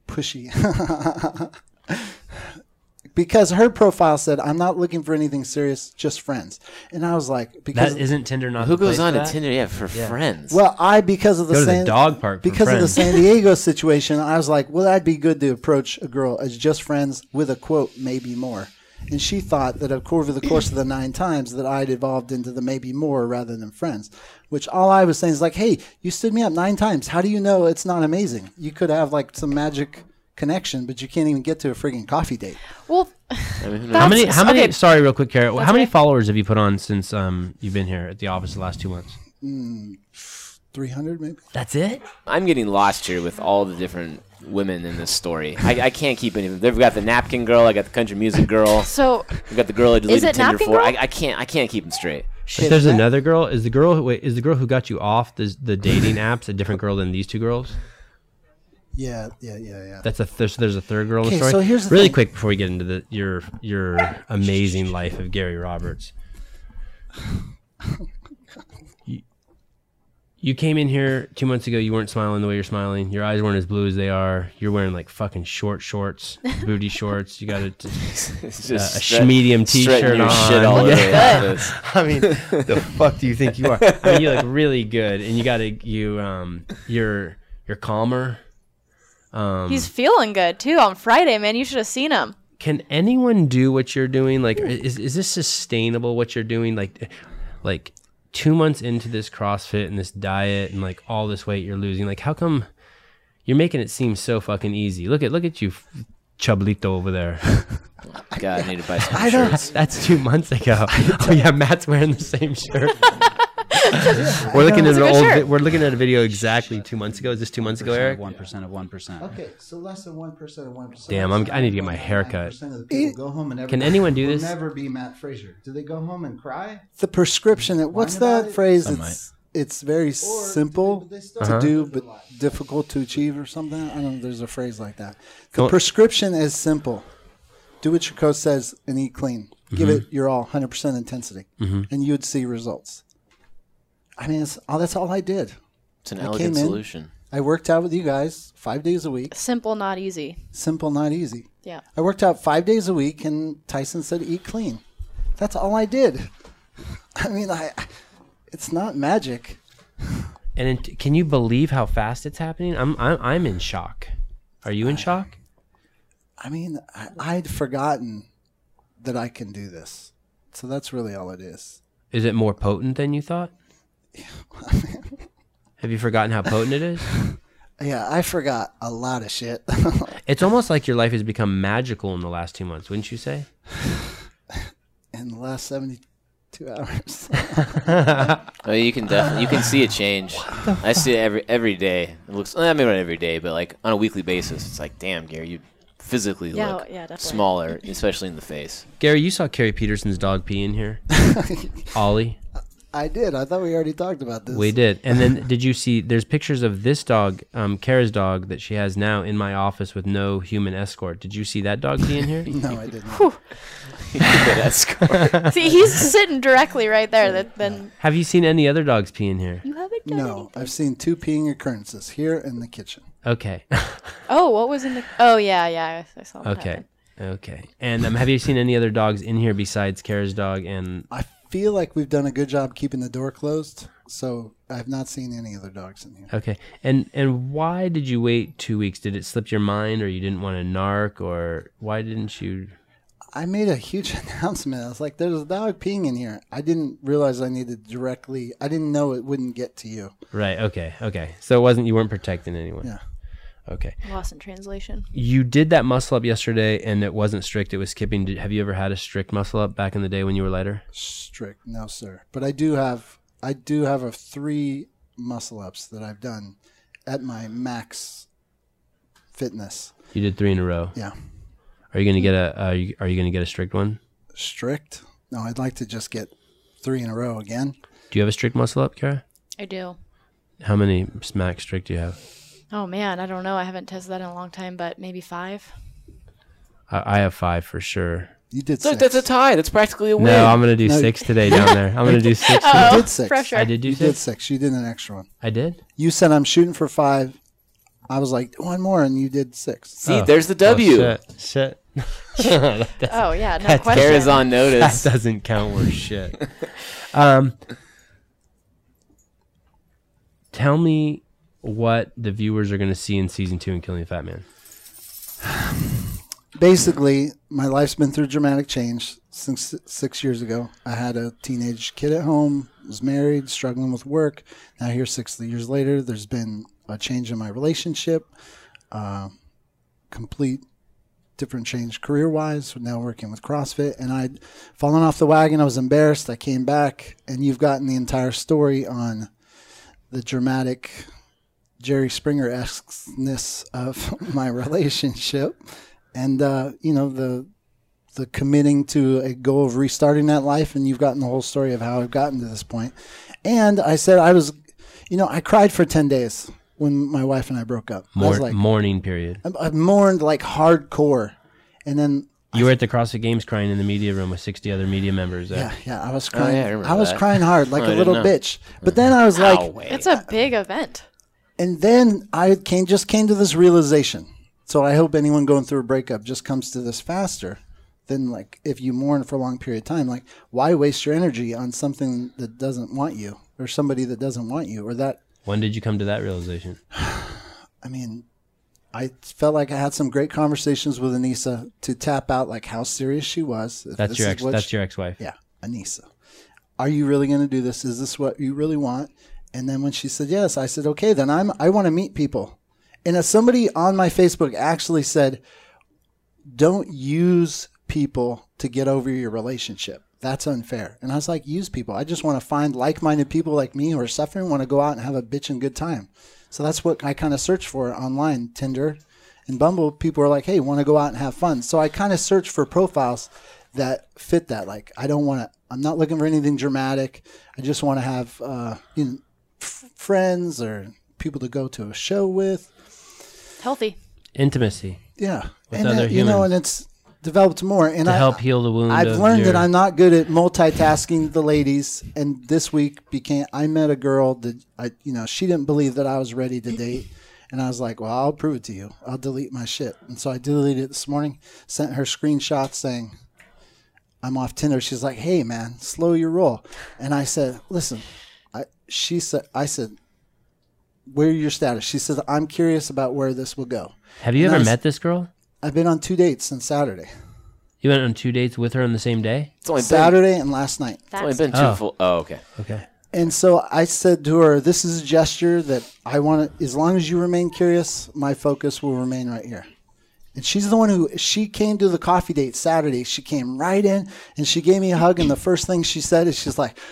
Speaker 6: pushy. because her profile said, I'm not looking for anything serious, just friends. And I was like, because.
Speaker 1: That isn't Tinder not
Speaker 3: Who
Speaker 1: the
Speaker 3: goes
Speaker 1: place
Speaker 3: on
Speaker 1: for
Speaker 3: to
Speaker 1: that?
Speaker 3: Tinder? Yeah, for friends.
Speaker 6: well, I because of the
Speaker 1: Go to the
Speaker 6: San,
Speaker 1: dog park for
Speaker 6: because of the
Speaker 1: friends.
Speaker 6: San Diego situation, I was like, well, that'd be good to approach a girl as just friends with a quote, maybe more. And she thought that of- over the course of the nine times that I'd evolved into the maybe more rather than friends, which all I was saying is like, hey, you stood me up nine times. How do you know it's not amazing? You could have like some magic connection, but you can't even get to a friggin' coffee date.
Speaker 2: Well,
Speaker 3: I mean,
Speaker 1: How many?
Speaker 2: That's-
Speaker 1: How many?
Speaker 2: okay.
Speaker 1: Sorry, real quick, Kara. How many
Speaker 2: okay.
Speaker 1: followers have you put on since um you've been here at the office the last two months?
Speaker 6: 300 maybe?
Speaker 1: That's it.
Speaker 3: I'm getting lost here with all the different women in this story. I, I can't keep any of them. They've got the napkin girl. I got the country music girl.
Speaker 2: so
Speaker 3: I've got the girl I deleted
Speaker 2: it
Speaker 3: Tinder
Speaker 2: napkin
Speaker 3: for.
Speaker 2: girl?
Speaker 3: I, I can't. I can't keep them straight.
Speaker 1: If there's another girl, is the girl who wait, is the girl who got you off the the dating apps a different girl than these two girls?
Speaker 6: Yeah, yeah, yeah, yeah.
Speaker 1: That's a there's, there's a third girl in the
Speaker 6: 'Kay,
Speaker 1: story.
Speaker 6: so here's the
Speaker 1: really
Speaker 6: thing.
Speaker 1: quick before we get into the your your amazing life of Gary Roberts. You, You came in here two months ago. You weren't smiling the way you're smiling. Your eyes weren't as blue as they are. You're wearing like fucking short shorts, booty shorts. You got a,
Speaker 3: It's
Speaker 1: Uh, a,
Speaker 3: just
Speaker 1: a medium t-shirt
Speaker 3: strutting your
Speaker 1: on.
Speaker 3: shit all over the
Speaker 1: Yeah.
Speaker 3: office.
Speaker 1: I mean, the fuck do you think you are? I mean, you look really good, and you got to you um you're you're calmer. Um,
Speaker 2: He's feeling good too on Friday, man. You should have seen him.
Speaker 1: can anyone do what you're doing? Like, is is this sustainable? What you're doing, like, like two months into this CrossFit and this diet and like all this weight you're losing, like, how come you're making it seem so fucking easy? Look at look at you, Chablito over there.
Speaker 3: God, I need to buy some
Speaker 6: I don't-
Speaker 3: shirts.
Speaker 1: That's two months ago. Oh yeah, Matt's wearing the same shirt. we're looking at
Speaker 2: It's
Speaker 1: an
Speaker 2: a good
Speaker 1: old.
Speaker 2: shirt.
Speaker 1: vi- we're looking at a video exactly two months ago. Is this two months ago, Eric?
Speaker 7: One percent of one percent.
Speaker 6: Okay, so less than one percent of one percent.
Speaker 1: Damn, I'm- I need to get my hair cut.
Speaker 6: 99% of the people go home and never-
Speaker 1: Can anyone do
Speaker 6: will
Speaker 1: this?
Speaker 6: Never be Matt Frazier. Do they go home and cry? The prescription. That, what's that phrase? It's it's very simple to do, but difficult to achieve, or something. I don't know. There's a phrase like that. The
Speaker 1: Well-
Speaker 6: prescription is simple. Do what your coach says and eat clean. Give it your all, hundred percent intensity, and you'd see results. I mean, it's, all, that's all I did.
Speaker 3: It's an
Speaker 6: I
Speaker 3: elegant
Speaker 6: came in.
Speaker 3: solution.
Speaker 6: I worked out with you guys five days a week.
Speaker 2: Simple, not easy.
Speaker 6: Simple, not easy.
Speaker 2: Yeah.
Speaker 6: I worked out five days a week, and Tyson said, "Eat clean." That's all I did. I mean, I. It's not magic.
Speaker 1: And it, can you believe how fast it's happening? I'm I'm, I'm in shock. Are you in shock?
Speaker 6: I mean, I, I'd forgotten that I can do this, so that's really all it is.
Speaker 1: Is it more potent than you thought? Have you forgotten how potent it is?
Speaker 6: Yeah, I forgot a lot of shit.
Speaker 1: It's almost like your life has become magical in the last two months, wouldn't you say?
Speaker 6: in the last seventy-two hours.
Speaker 3: Oh, you can definitely you can see a change. I see it every every day. It looks I mean not every day, but like on a weekly basis. It's like, damn, Gary, you physically
Speaker 2: Yeah,
Speaker 3: look
Speaker 2: yeah, definitely.
Speaker 3: smaller, especially in the face.
Speaker 1: Gary, you saw Carrie Peterson's dog pee in here. Ollie,
Speaker 6: I did. I thought we already talked about this.
Speaker 1: we did. And then did you see? There's pictures of this dog, um, Kara's dog that she has now in my office with no human escort. Did you see that dog pee in here?
Speaker 6: No, I didn't.
Speaker 3: That's cool.
Speaker 2: See, he's sitting directly right there. That then
Speaker 1: Have you seen any other dogs pee in here?
Speaker 2: you haven't done
Speaker 6: No, I've seen two peeing occurrences here in the kitchen.
Speaker 1: Okay,
Speaker 2: Oh, what was in the? Oh yeah, yeah. I, I saw that.
Speaker 1: okay, okay. And um, have you seen any other dogs in here besides Kara's dog and
Speaker 6: I feel like we've done a good job keeping the door closed, so I've not seen any other dogs in here.
Speaker 1: Okay, and and why did you wait two weeks? Did it slip your mind, or you didn't want to narc, or why didn't you?
Speaker 6: I made a huge announcement. I was like, "There's a dog peeing in here." I didn't realize I needed directly. I didn't know it wouldn't get to you.
Speaker 1: Right. Okay. Okay. So it wasn't you weren't protecting anyone.
Speaker 6: Yeah.
Speaker 1: Okay.
Speaker 2: Lost in translation.
Speaker 1: You did that muscle up yesterday, and it wasn't strict. It was skipping. Did, have you ever had a strict muscle up back in the day when you were lighter?
Speaker 6: Strict, no sir. But I do have. I do have a three muscle ups that I've done at my max fitness.
Speaker 1: You did three in a row.
Speaker 6: Yeah.
Speaker 1: Are you gonna get a? Are you, are you gonna get a strict one?
Speaker 6: Strict. No, I'd like to just get three in a row again.
Speaker 1: Do you have a strict muscle up, Kara?
Speaker 2: I do.
Speaker 1: How many smack strict do you have?
Speaker 2: Oh man, I don't know. I haven't tested that in a long time, but maybe five.
Speaker 1: I, I have five for sure.
Speaker 6: You did
Speaker 3: Look,
Speaker 6: six.
Speaker 3: that's a tie. That's practically a win.
Speaker 1: No, I'm gonna do
Speaker 6: No.
Speaker 1: six today down there. I'm gonna do six.
Speaker 6: you did six.
Speaker 2: pressure.
Speaker 1: I did do
Speaker 6: You did
Speaker 1: six.
Speaker 6: six. You did an extra one.
Speaker 1: I did.
Speaker 6: You said I'm shooting for five. I was like one more, and you did six.
Speaker 3: See,
Speaker 1: Oh.
Speaker 3: there's the W.
Speaker 1: Oh, shit. shit.
Speaker 2: Oh yeah, no question.
Speaker 3: Kara's on notice.
Speaker 1: That doesn't count worth shit. Um, tell me what the viewers are going to see in season two in Killing the Fat Man.
Speaker 6: Basically, my life's been through dramatic change since six years ago. I had a teenage kid at home, was married, struggling with work. Now here, six years later, there's been a change in my relationship, uh, complete different change career wise. Now working with CrossFit, and I'd fallen off the wagon. I was embarrassed. I came back, and you've gotten the entire story on the dramatic Jerry Springer esqueness of my relationship, and uh, you know the the committing to a goal of restarting that life, and you've gotten the whole story of how I've gotten to this point. And I said I was, you know, I cried for ten days when my wife and I broke up. I
Speaker 1: Mor-
Speaker 6: was like,
Speaker 1: mourning period.
Speaker 6: I I mourned like hardcore, and then
Speaker 1: You were at the CrossFit Games crying in the media room with 60 other media members.
Speaker 6: Yeah,
Speaker 1: There.
Speaker 6: yeah. I was
Speaker 3: Oh, yeah, I
Speaker 6: crying.
Speaker 3: remember
Speaker 6: I, was
Speaker 3: that.
Speaker 6: crying hard like
Speaker 3: I
Speaker 6: a
Speaker 3: didn't
Speaker 6: little
Speaker 3: know.
Speaker 6: bitch. But then I was like,
Speaker 2: It's a big event.
Speaker 6: and then I came just came to this realization. So I hope anyone going through a breakup just comes to this faster than like if you mourn for a long period of time. Like, why waste your energy on something that doesn't want you, or somebody that doesn't want you, or that?
Speaker 1: When did you come to that realization?
Speaker 6: I mean, I felt like I had some great conversations with Anissa to tap out like how serious she was. If
Speaker 1: That's
Speaker 6: this
Speaker 1: your
Speaker 6: is
Speaker 1: ex.
Speaker 6: what
Speaker 1: That's
Speaker 6: she-
Speaker 1: your ex-wife.
Speaker 6: yeah, Anissa, are you really going to do this? Is this what you really want? And then when she said yes, I said, okay, then I'm, I want to meet people. And as somebody on my Facebook actually said, don't use people to get over your relationship. That's unfair. And I was like, use people. I just want to find like minded people like me who are suffering, want to go out and have a bitchin' good time. So that's what I kind of search for online, Tinder and Bumble. People are like, hey, want to go out and have fun. So I kind of search for profiles that fit that. Like, I don't want to, I'm not looking for anything dramatic. I just want to have, uh, you know, f- friends or people to go to a show with.
Speaker 2: Healthy.
Speaker 1: Intimacy
Speaker 6: Yeah.
Speaker 1: With
Speaker 6: and
Speaker 1: other
Speaker 6: that- you know,
Speaker 1: humans.
Speaker 6: and it's developed more. And
Speaker 1: to
Speaker 6: I,
Speaker 1: help heal the wound.
Speaker 6: I've
Speaker 1: of
Speaker 6: learned
Speaker 1: your-
Speaker 6: that I'm not good at multitasking the ladies, and this week became I met a girl that I, you know, she didn't believe that I was ready to date, and I was like, "Well, I'll prove it to you. I'll delete my shit." And so I deleted it this morning. Sent her screenshots saying, "I'm off Tinder." She's like, "Hey, man, slow your roll," and I said, "Listen," I she said, "I said." Where your status? She says, I'm curious about where this will go.
Speaker 1: Have you ever
Speaker 6: Nice.
Speaker 1: met this girl?
Speaker 6: I've been on two dates since Saturday.
Speaker 1: You went on two dates with her on the same day.
Speaker 3: It's only been,
Speaker 6: Saturday and last night.
Speaker 3: it's only
Speaker 2: That's
Speaker 3: been two
Speaker 1: Oh.
Speaker 3: full. Oh, okay.
Speaker 1: Okay.
Speaker 6: And so I said to her, "This is a gesture that I want to. As long as you remain curious, my focus will remain right here." And she's the one who she came to the coffee date Saturday. She came right in and she gave me a hug. And the first thing she said is, "She's like,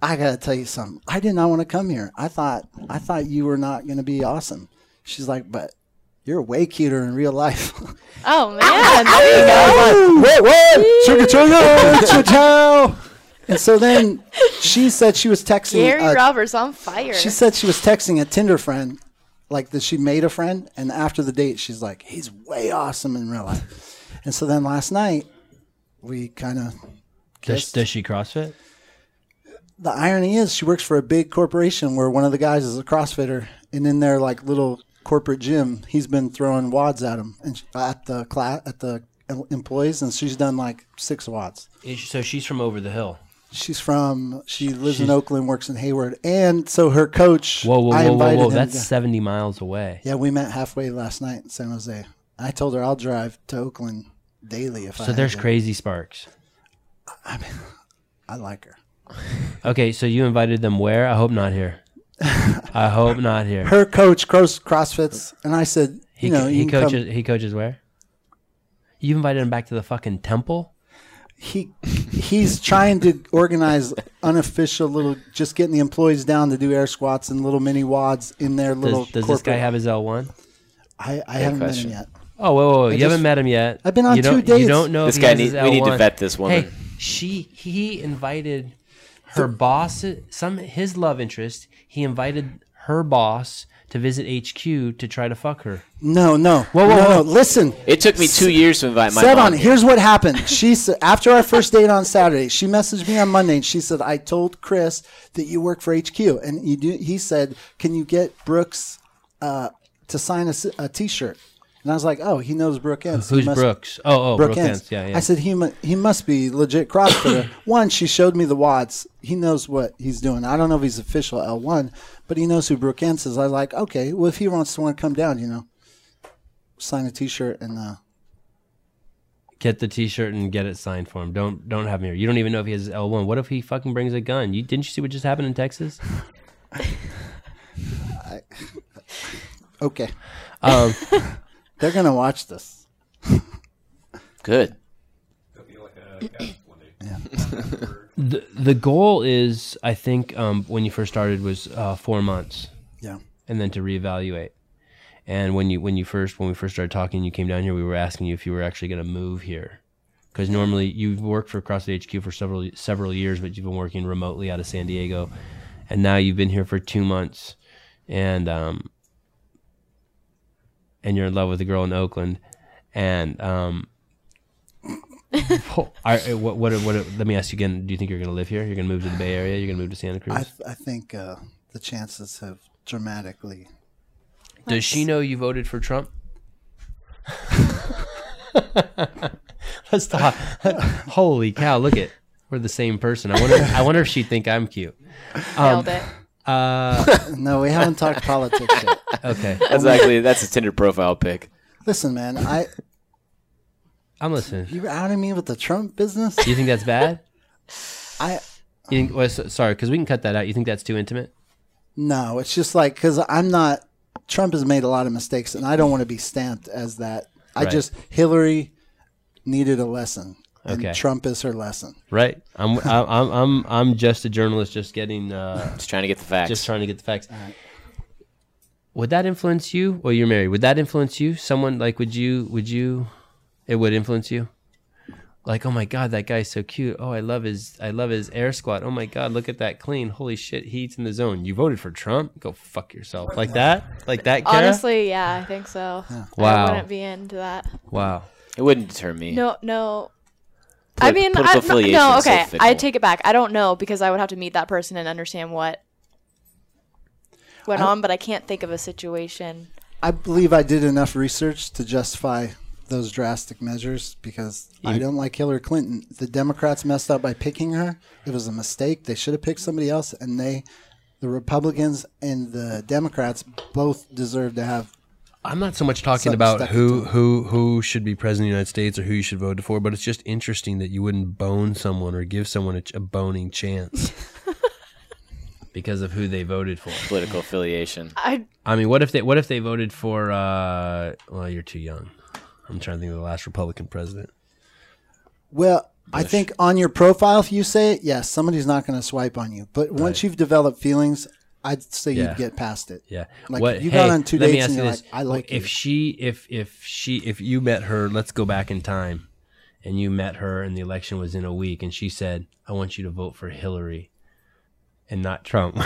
Speaker 6: I, gotta tell you something. I did not want to come here. I thought I thought you were not going to be awesome." She's like, "But you're way cuter in real life."
Speaker 2: Oh man, there you go.
Speaker 6: Wait, what? Sugar Toyo, Chateau. And so then she said she was texting
Speaker 2: Gary
Speaker 6: a
Speaker 2: Roberts on fire.
Speaker 6: She said she was texting a Tinder friend, like that she made a friend, and after the date, she's like, "He's way awesome in real life." And so then last night, we kind of.
Speaker 1: Does, does she CrossFit?
Speaker 6: The irony is, she works for a big corporation where one of the guys is a CrossFitter, and in their like little corporate gym, he's been throwing wads at him and sh- at the class at the employees, and she's done like six wads.
Speaker 1: Is- So she's from over the hill.
Speaker 6: She's from she lives in Oakland, works in Hayward, and so her coach.
Speaker 1: Whoa, whoa,
Speaker 6: I
Speaker 1: whoa, whoa,
Speaker 6: invited
Speaker 1: whoa!
Speaker 6: him
Speaker 1: That's
Speaker 6: to-
Speaker 1: seventy miles away.
Speaker 6: Yeah, we met halfway last night in San Jose. I told her I'll drive to Oakland daily if
Speaker 1: So
Speaker 6: I. had
Speaker 1: there's
Speaker 6: to.
Speaker 1: crazy sparks.
Speaker 6: I like her.
Speaker 1: Okay, so you invited them where? I hope not here. I hope not here.
Speaker 6: Her coach cross CrossFits, and I said,
Speaker 1: He,
Speaker 6: you know,
Speaker 1: he
Speaker 6: you can
Speaker 1: coaches.
Speaker 6: Come.
Speaker 1: He coaches where? You invited him back to the fucking temple.
Speaker 6: He he's trying to organize unofficial little, just getting the employees down to do air squats and little mini wads in their
Speaker 1: Does,
Speaker 6: little.
Speaker 1: does this
Speaker 6: corporate-
Speaker 1: guy have his L one?
Speaker 6: I, I haven't
Speaker 3: question.
Speaker 6: met him yet.
Speaker 1: Oh, whoa, whoa, whoa. you
Speaker 6: just-
Speaker 1: haven't met him yet.
Speaker 6: I've been on
Speaker 1: you
Speaker 6: two
Speaker 1: don't- You
Speaker 6: dates.
Speaker 1: don't know
Speaker 3: This
Speaker 1: if
Speaker 3: guy
Speaker 1: he has
Speaker 3: need-
Speaker 1: his
Speaker 3: we need to
Speaker 1: L1.
Speaker 3: vet this woman.
Speaker 1: Hey, she he invited her boss, some his love interest. He invited her boss to visit HQ to try to fuck her.
Speaker 6: No, no,
Speaker 1: whoa,
Speaker 6: no,
Speaker 1: whoa.
Speaker 6: no. Listen,
Speaker 3: It took me two years to invite my
Speaker 6: said
Speaker 3: mom.
Speaker 6: on it. Here's what happened. She said after our first date on Saturday, she messaged me on Monday and she said, "I told Chris that you work for HQ, and you do." He said, "Can you get Brooks uh, to sign a s- a T-shirt?" And I was like, "Oh, he knows Brooke Ends. He
Speaker 1: Who's
Speaker 6: must-
Speaker 1: Brooks? Oh, oh,
Speaker 6: Brooke,
Speaker 1: Brooke
Speaker 6: Ends.
Speaker 1: Hens. Yeah, yeah.
Speaker 6: I said he mu- he must be legit CrossFitter. one, she showed me the wads. He knows what he's doing. I don't know if he's official L one, but he knows who Brooke Ends is. I was like, okay, well if he wants to want to come down, you know, sign a T-shirt and uh,
Speaker 1: Get the T-shirt and get it signed for him. Don't don't have him here. You don't even know if he has L one. What if he fucking brings a gun? You didn't you see what just happened in Texas?
Speaker 6: okay,
Speaker 1: Um,
Speaker 6: they're gonna watch this.
Speaker 3: Good.
Speaker 4: Could be like a cat one day.
Speaker 1: the the goal is, I think, um, when you first started was uh, four months.
Speaker 6: Yeah.
Speaker 1: and then to reevaluate. And when you when you first when we first started talking, you came down here. We were asking you if you were actually going to move here, because normally you've worked for CrossFit HQ for several several years, but you've been working remotely out of San Diego, and now you've been here for two months, and um, and you're in love with a girl in Oakland, and um, All right, uh, what, what, are- what, are- let me ask you again. Do you think you're going to live here? You're going to move to the Bay Area? You're going to move to Santa Cruz?
Speaker 6: I, th- I think uh, the chances have dramatically.
Speaker 1: Does she know you voted for Trump? Let's talk. Holy cow! Look at we're the same person. I wonder. I wonder if she'd think I'm cute.
Speaker 2: Nailed it.
Speaker 6: No, we haven't talked politics yet.
Speaker 1: Okay,
Speaker 3: That's actually that's a Tinder profile pic.
Speaker 6: Listen, man, I
Speaker 1: I'm listening.
Speaker 6: you're outing me with the Trump business.
Speaker 1: You think that's bad?
Speaker 6: I
Speaker 1: You think, well, so, sorry, because we can cut that out. You think that's too intimate?
Speaker 6: no, it's just like because I'm not. Trump has made a lot of mistakes, and I don't want to be stamped as that. I
Speaker 1: Right.
Speaker 6: just Hillary needed a lesson, and
Speaker 1: Okay.
Speaker 6: Trump is her lesson.
Speaker 1: Right. I'm. I'm. I'm- I'm. I'm just a journalist, just getting. Uh,
Speaker 3: Just trying to get the facts.
Speaker 1: just trying to get the facts. Would that influence you? Well, you're married. Would that influence you? Someone like would you? Would you? It would influence you. Like, oh my god, that guy's so cute. Oh, I love his. I love his air squat. Oh my god, look at that clean. Holy shit, he eats in the zone. You voted for Trump. Go fuck yourself. Like that. Like that. Kara?
Speaker 2: Honestly, yeah, I think so.
Speaker 1: Wow.
Speaker 2: I wouldn't be into that.
Speaker 1: Wow.
Speaker 3: it wouldn't deter me.
Speaker 2: No, no.
Speaker 3: Poli-
Speaker 2: I mean,
Speaker 3: political
Speaker 2: I, no,
Speaker 3: affiliation
Speaker 2: no,
Speaker 3: is so
Speaker 2: okay. I
Speaker 3: fickle.
Speaker 2: take it back. I don't know because I would have to meet that person and understand what went on, but I can't think of a situation.
Speaker 6: I believe I did enough research to justify those drastic measures because I don't like Hillary Clinton. The Democrats messed up by picking her. It was a mistake. They should have picked somebody else, and they, the Republicans and the Democrats, both deserve to have.
Speaker 1: I'm not so much talking
Speaker 6: Suck-
Speaker 1: about
Speaker 6: stuck
Speaker 1: who who who should be president of the United States or who you should vote for, but it's just interesting that you wouldn't bone someone or give someone a, ch- a boning chance because of who they voted for.
Speaker 3: Political affiliation.
Speaker 2: I
Speaker 1: I mean, what if they what if they voted for? Uh, well, you're too young. I'm trying to think of the last Republican president.
Speaker 6: Well, I think on your profile, if you say it, yes, somebody's not going to swipe on you. But once you've developed feelings, I'd say
Speaker 1: Yeah.
Speaker 6: you'd get past it.
Speaker 1: Yeah.
Speaker 6: Like, you got on two
Speaker 1: let me
Speaker 6: dates
Speaker 1: ask
Speaker 6: and
Speaker 1: you
Speaker 6: you're
Speaker 1: this.
Speaker 6: like, "I like
Speaker 1: if
Speaker 6: you."
Speaker 1: she if if she if you met her, let's go back in time and you met her and the election was in a week and she said, I want you to vote for Hillary and not Trump.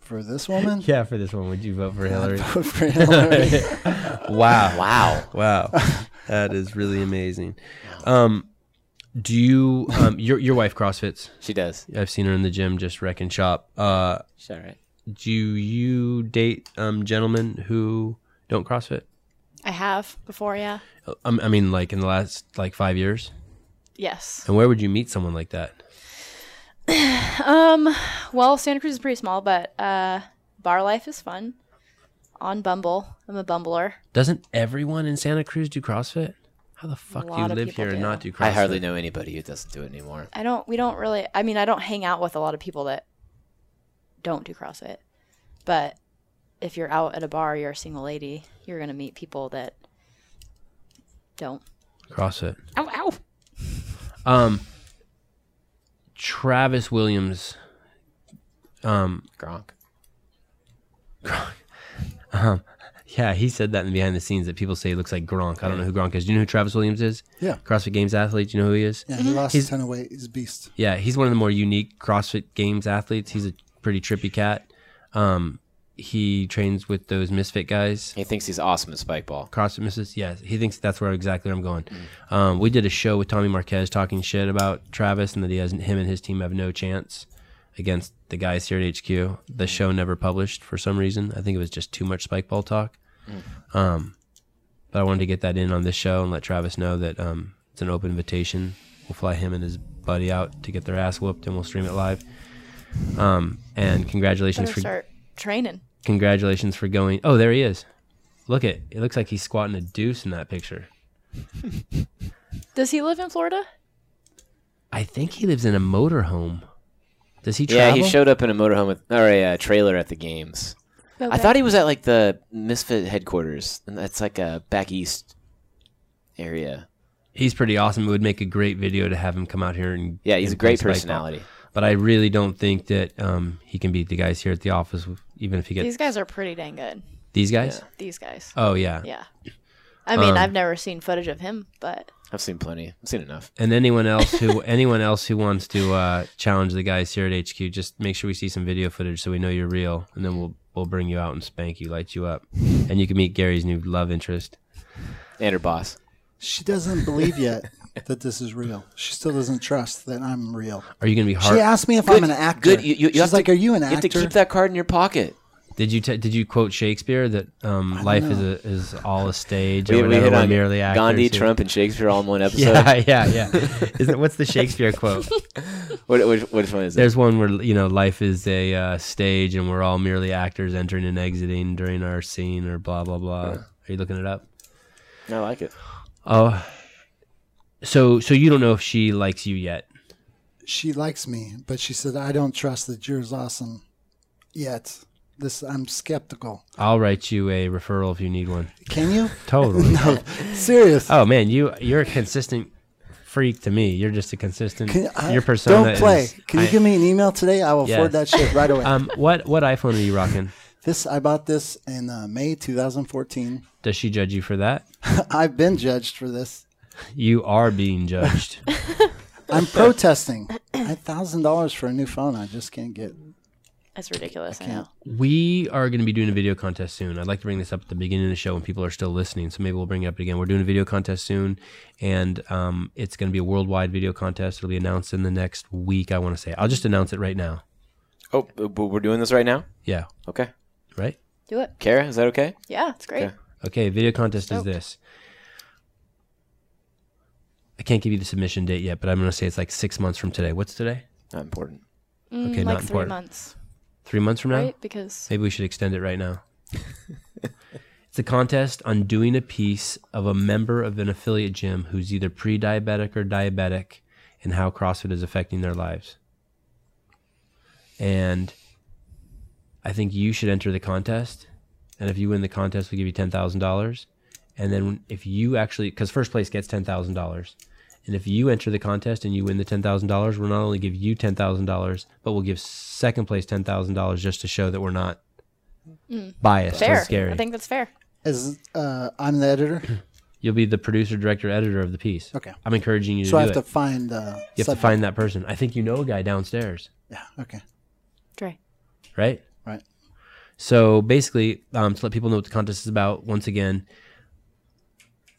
Speaker 6: For this woman,
Speaker 1: yeah, for this one, would you vote for Hillary?
Speaker 6: for Hillary,
Speaker 1: wow.
Speaker 3: Wow.
Speaker 1: Wow. That is really amazing. Um do you um your your wife CrossFits?
Speaker 3: She does.
Speaker 1: I've seen her in the gym just wrecking shop. Uh
Speaker 3: She's all right.
Speaker 1: do you date um, gentlemen who don't CrossFit?
Speaker 2: I have before, yeah.
Speaker 1: Um, I mean, like in the last like five years.
Speaker 2: Yes.
Speaker 1: And where would you meet someone like that?
Speaker 2: Um. Well, Santa Cruz is pretty small, but uh, bar life is fun. On Bumble, I'm a bumbler.
Speaker 1: Doesn't everyone in Santa Cruz do CrossFit? How the fuck do you
Speaker 2: lot of
Speaker 1: live
Speaker 2: people
Speaker 1: here and
Speaker 2: do.
Speaker 1: not do CrossFit?
Speaker 3: I hardly know anybody who doesn't do it anymore.
Speaker 2: I don't. We don't really. I mean, I don't hang out with a lot of people that don't do CrossFit. But if you're out at a bar, you're a single lady. You're gonna meet people that don't.
Speaker 1: CrossFit.
Speaker 2: Ow! Ow!
Speaker 1: Um, Travis Williams. Um,
Speaker 3: Gronk.
Speaker 1: yeah, he said that in behind the scenes that people say he looks like Gronk. I don't know who Gronk is. Do you know who Travis Williams is?
Speaker 6: Yeah.
Speaker 1: CrossFit Games athlete. Do you know who he is?
Speaker 6: yeah, he lost
Speaker 1: He's-
Speaker 6: a ton of weight. He's a beast.
Speaker 1: Yeah, he's one of the more unique CrossFit Games athletes. He's a pretty trippy cat. Um, he trains with those misfit guys.
Speaker 3: He thinks he's awesome at spikeball.
Speaker 1: CrossFit misses. Yeah, he thinks that's where exactly I'm going. Um, we did a show with Tommy Marquez talking shit about Travis and that he has him and his team have no chance against the guys here at HQ. The show never published for some reason. I think it was just too much spikeball talk. Um, but I wanted to get that in on this show and let Travis know that um, it's an open invitation. We'll fly him and his buddy out to get their ass whooped, and we'll stream it live. Um, and congratulations
Speaker 2: Better
Speaker 1: for
Speaker 2: start training.
Speaker 1: congratulations for going. Oh, there he is. Look at it looks like he's squatting a deuce in that picture.
Speaker 2: Does he live in Florida?
Speaker 1: I think he lives in a motorhome. Does he
Speaker 3: Yeah,
Speaker 1: travel?
Speaker 3: he showed up in a motorhome with or a uh, trailer at the games. I thought he was at like the Misfit headquarters, and that's like a back east area.
Speaker 1: He's pretty awesome. It would make a great video to have him come out here and
Speaker 3: Yeah, he's
Speaker 1: and
Speaker 3: a great
Speaker 1: play spikeball.
Speaker 3: personality.
Speaker 1: But I really don't think that um, he can beat the guys here at the office, even if he gets
Speaker 2: These
Speaker 1: these,
Speaker 2: guys are pretty dang good.
Speaker 1: guys.
Speaker 2: These guys.
Speaker 1: Oh yeah.
Speaker 2: Yeah. I mean,
Speaker 1: Um,
Speaker 2: I've never seen footage of him, but
Speaker 3: I've seen plenty. I've seen enough.
Speaker 1: And anyone else who anyone else who wants to uh, challenge the guys here at HQ, just make sure we see some video footage so we know you're real, and then we'll we'll bring you out and spank you, light you up, and you can meet Gary's new love interest.
Speaker 3: And her boss.
Speaker 6: She doesn't believe yet. that this is real. She still doesn't trust that I'm real.
Speaker 1: Are you gonna be
Speaker 6: She
Speaker 1: hard?
Speaker 6: asked me if I'm an actor.
Speaker 3: Good. You, you, you have
Speaker 6: She's like,
Speaker 3: to,
Speaker 6: "Are you an
Speaker 3: You have to
Speaker 6: actor?"
Speaker 3: keep that card in your pocket.
Speaker 1: Did you t- did you quote Shakespeare that um, life is a, is all a stage? or
Speaker 3: We, we
Speaker 1: whatever,
Speaker 3: hit
Speaker 1: we're
Speaker 3: on
Speaker 1: merely actors
Speaker 3: Gandhi,
Speaker 1: here?
Speaker 3: Trump, and Shakespeare all in one episode.
Speaker 1: Yeah, yeah, yeah. Isn't what's the Shakespeare quote?
Speaker 3: What, which, which one is it?
Speaker 1: There's one where you know life is a uh, stage and we're all merely actors entering and exiting during our scene or blah blah blah. Are you looking it up?
Speaker 3: I like it.
Speaker 1: Oh, so so you don't know if she likes you yet.
Speaker 6: she likes me, but she said, "I don't trust that you're as awesome yet." This I'm skeptical.
Speaker 1: I'll write you a referral if you need one.
Speaker 6: Can you?
Speaker 1: Totally.
Speaker 6: no,
Speaker 3: Uh,
Speaker 6: serious.
Speaker 1: Oh man, you you're a consistent freak to me. You're just a consistent.
Speaker 6: Can, I,
Speaker 1: your persona.
Speaker 6: Don't play.
Speaker 1: is-
Speaker 6: Can you
Speaker 1: I-
Speaker 6: give me an email today? I will forward that
Speaker 1: Yes.
Speaker 6: shit right away.
Speaker 1: Um, what what iPhone are you rocking?
Speaker 6: this I bought this in uh, May 2014.
Speaker 1: Does she judge you for that?
Speaker 6: I've been judged for this.
Speaker 1: You are being judged.
Speaker 6: I'm protesting. A thousand dollars for a new phone. I just can't get.
Speaker 2: That's ridiculous. I,
Speaker 6: can't.
Speaker 2: know.
Speaker 1: we are going to be doing a video contest soon. I'd like to bring this up at the beginning of the show when people are still listening. So maybe we'll bring it up again. We're doing a video contest soon, and um, it's going to be a worldwide video contest. It'll be announced in the next week. I want to say. I'll just announce it right now.
Speaker 3: Oh, but we're doing this right now.
Speaker 1: Yeah.
Speaker 3: Okay,
Speaker 1: Right.
Speaker 2: Do it.
Speaker 3: Kara, is that okay?
Speaker 2: Yeah, it's great.
Speaker 3: Okay.
Speaker 1: Okay, video contest
Speaker 2: Stoked.
Speaker 1: is this. I can't give you the submission date yet, but I'm going to say it's like six months from today. What's today?
Speaker 3: Not important.
Speaker 2: Mm,
Speaker 1: Okay,
Speaker 2: like
Speaker 1: not
Speaker 2: three
Speaker 1: important.
Speaker 2: months,
Speaker 1: Three months from now?
Speaker 2: right? Because
Speaker 1: Maybe we should extend it right now. it's a contest on doing a piece of a member of an affiliate gym who's either pre diabetic or diabetic and how CrossFit is affecting their lives. And I think you should enter the contest. And if you win the contest, we'll give you $10,000. And then if you actually, because first place gets $10,000. And if you enter the contest and you win the ten thousand dollars, we'll not only give you ten thousand dollars, but we'll give second place ten thousand dollars just to show that we're not biased
Speaker 2: Mm. fair.
Speaker 1: or scary.
Speaker 2: I think that's fair.
Speaker 6: As uh, I'm the editor,
Speaker 1: You'll be the producer, director, editor of the piece.
Speaker 6: Okay.
Speaker 1: I'm encouraging you to
Speaker 6: so I
Speaker 1: do
Speaker 6: have to
Speaker 1: it.
Speaker 6: find. Uh,
Speaker 1: you have to find that person. I think you know a guy downstairs,
Speaker 6: Yeah. Okay.
Speaker 2: Dre.
Speaker 1: right?
Speaker 6: Right.
Speaker 1: So basically, um, to let people know what the contest is about, once again,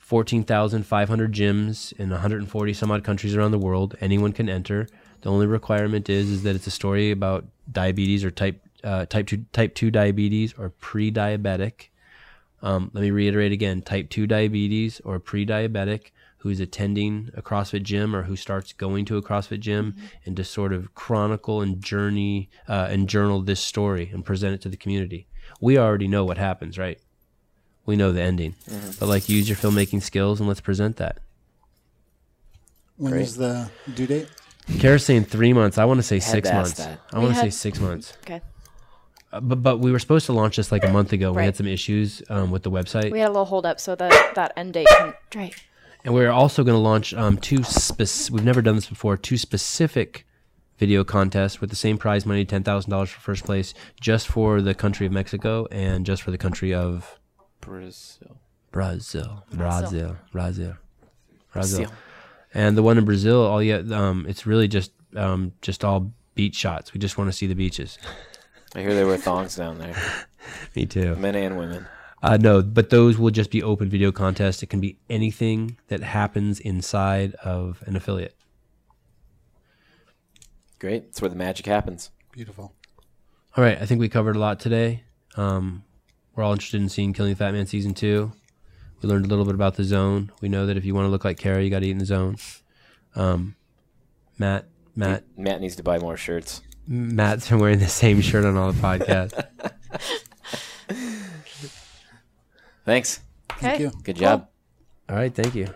Speaker 1: 14,500 gyms in 140 some odd countries around the world. Anyone can enter. The only requirement is is that it's a story about diabetes or type uh, type two type two diabetes or pre-diabetic. Um, let me reiterate again: type two diabetes or pre-diabetic who's attending a CrossFit gym or who starts going to a CrossFit gym,
Speaker 3: Mm-hmm.
Speaker 1: and to sort of chronicle and journey uh, and journal this story and present it to the community. We already know what happens, right? We know the ending,
Speaker 3: Mm-hmm.
Speaker 1: but like use your filmmaking skills and let's present that.
Speaker 6: When is the due date?
Speaker 1: Kara's saying three months. I want to say
Speaker 3: had
Speaker 1: six
Speaker 3: to ask
Speaker 1: months.
Speaker 3: that.
Speaker 1: I want to say
Speaker 2: had-
Speaker 1: six months.
Speaker 2: Okay.
Speaker 1: Uh, but but we were supposed to launch this like a month ago. We had
Speaker 2: Right.
Speaker 1: some issues um, with the website,
Speaker 2: We had a little hold up, so that that end date. Can, Dre.
Speaker 1: and we're also going to launch um, two. Spec- we've never done this before. Two specific video contests with the same prize money, ten thousand dollars for first place, just for the country of Mexico and just for the country of
Speaker 3: Brazil.
Speaker 1: Brazil, Brazil, Brazil, Brazil.
Speaker 3: Brazil.
Speaker 1: And the one in Brazil, all yet um, it's really just um, just all beach shots. We just want to see the beaches.
Speaker 3: I hear there were thongs down there,
Speaker 1: Me too.
Speaker 3: men and women.
Speaker 1: Uh, no, but those will just be open video contests. It can be anything that happens inside of an affiliate.
Speaker 3: Great. It's where the magic happens.
Speaker 6: Beautiful.
Speaker 1: All right, I think we covered a lot today. Um, we're all interested in seeing Killing the Fat Man season two. We learned a little bit about the zone. We know that if you want to look like Kara, you got to eat in the zone. Um, Matt, Matt,
Speaker 3: Matt needs to buy more shirts.
Speaker 1: Matt's been wearing the same shirt on all the podcasts.
Speaker 3: Thanks.
Speaker 2: Okay.
Speaker 6: Thank you.
Speaker 3: Good job.
Speaker 1: all right, thank you.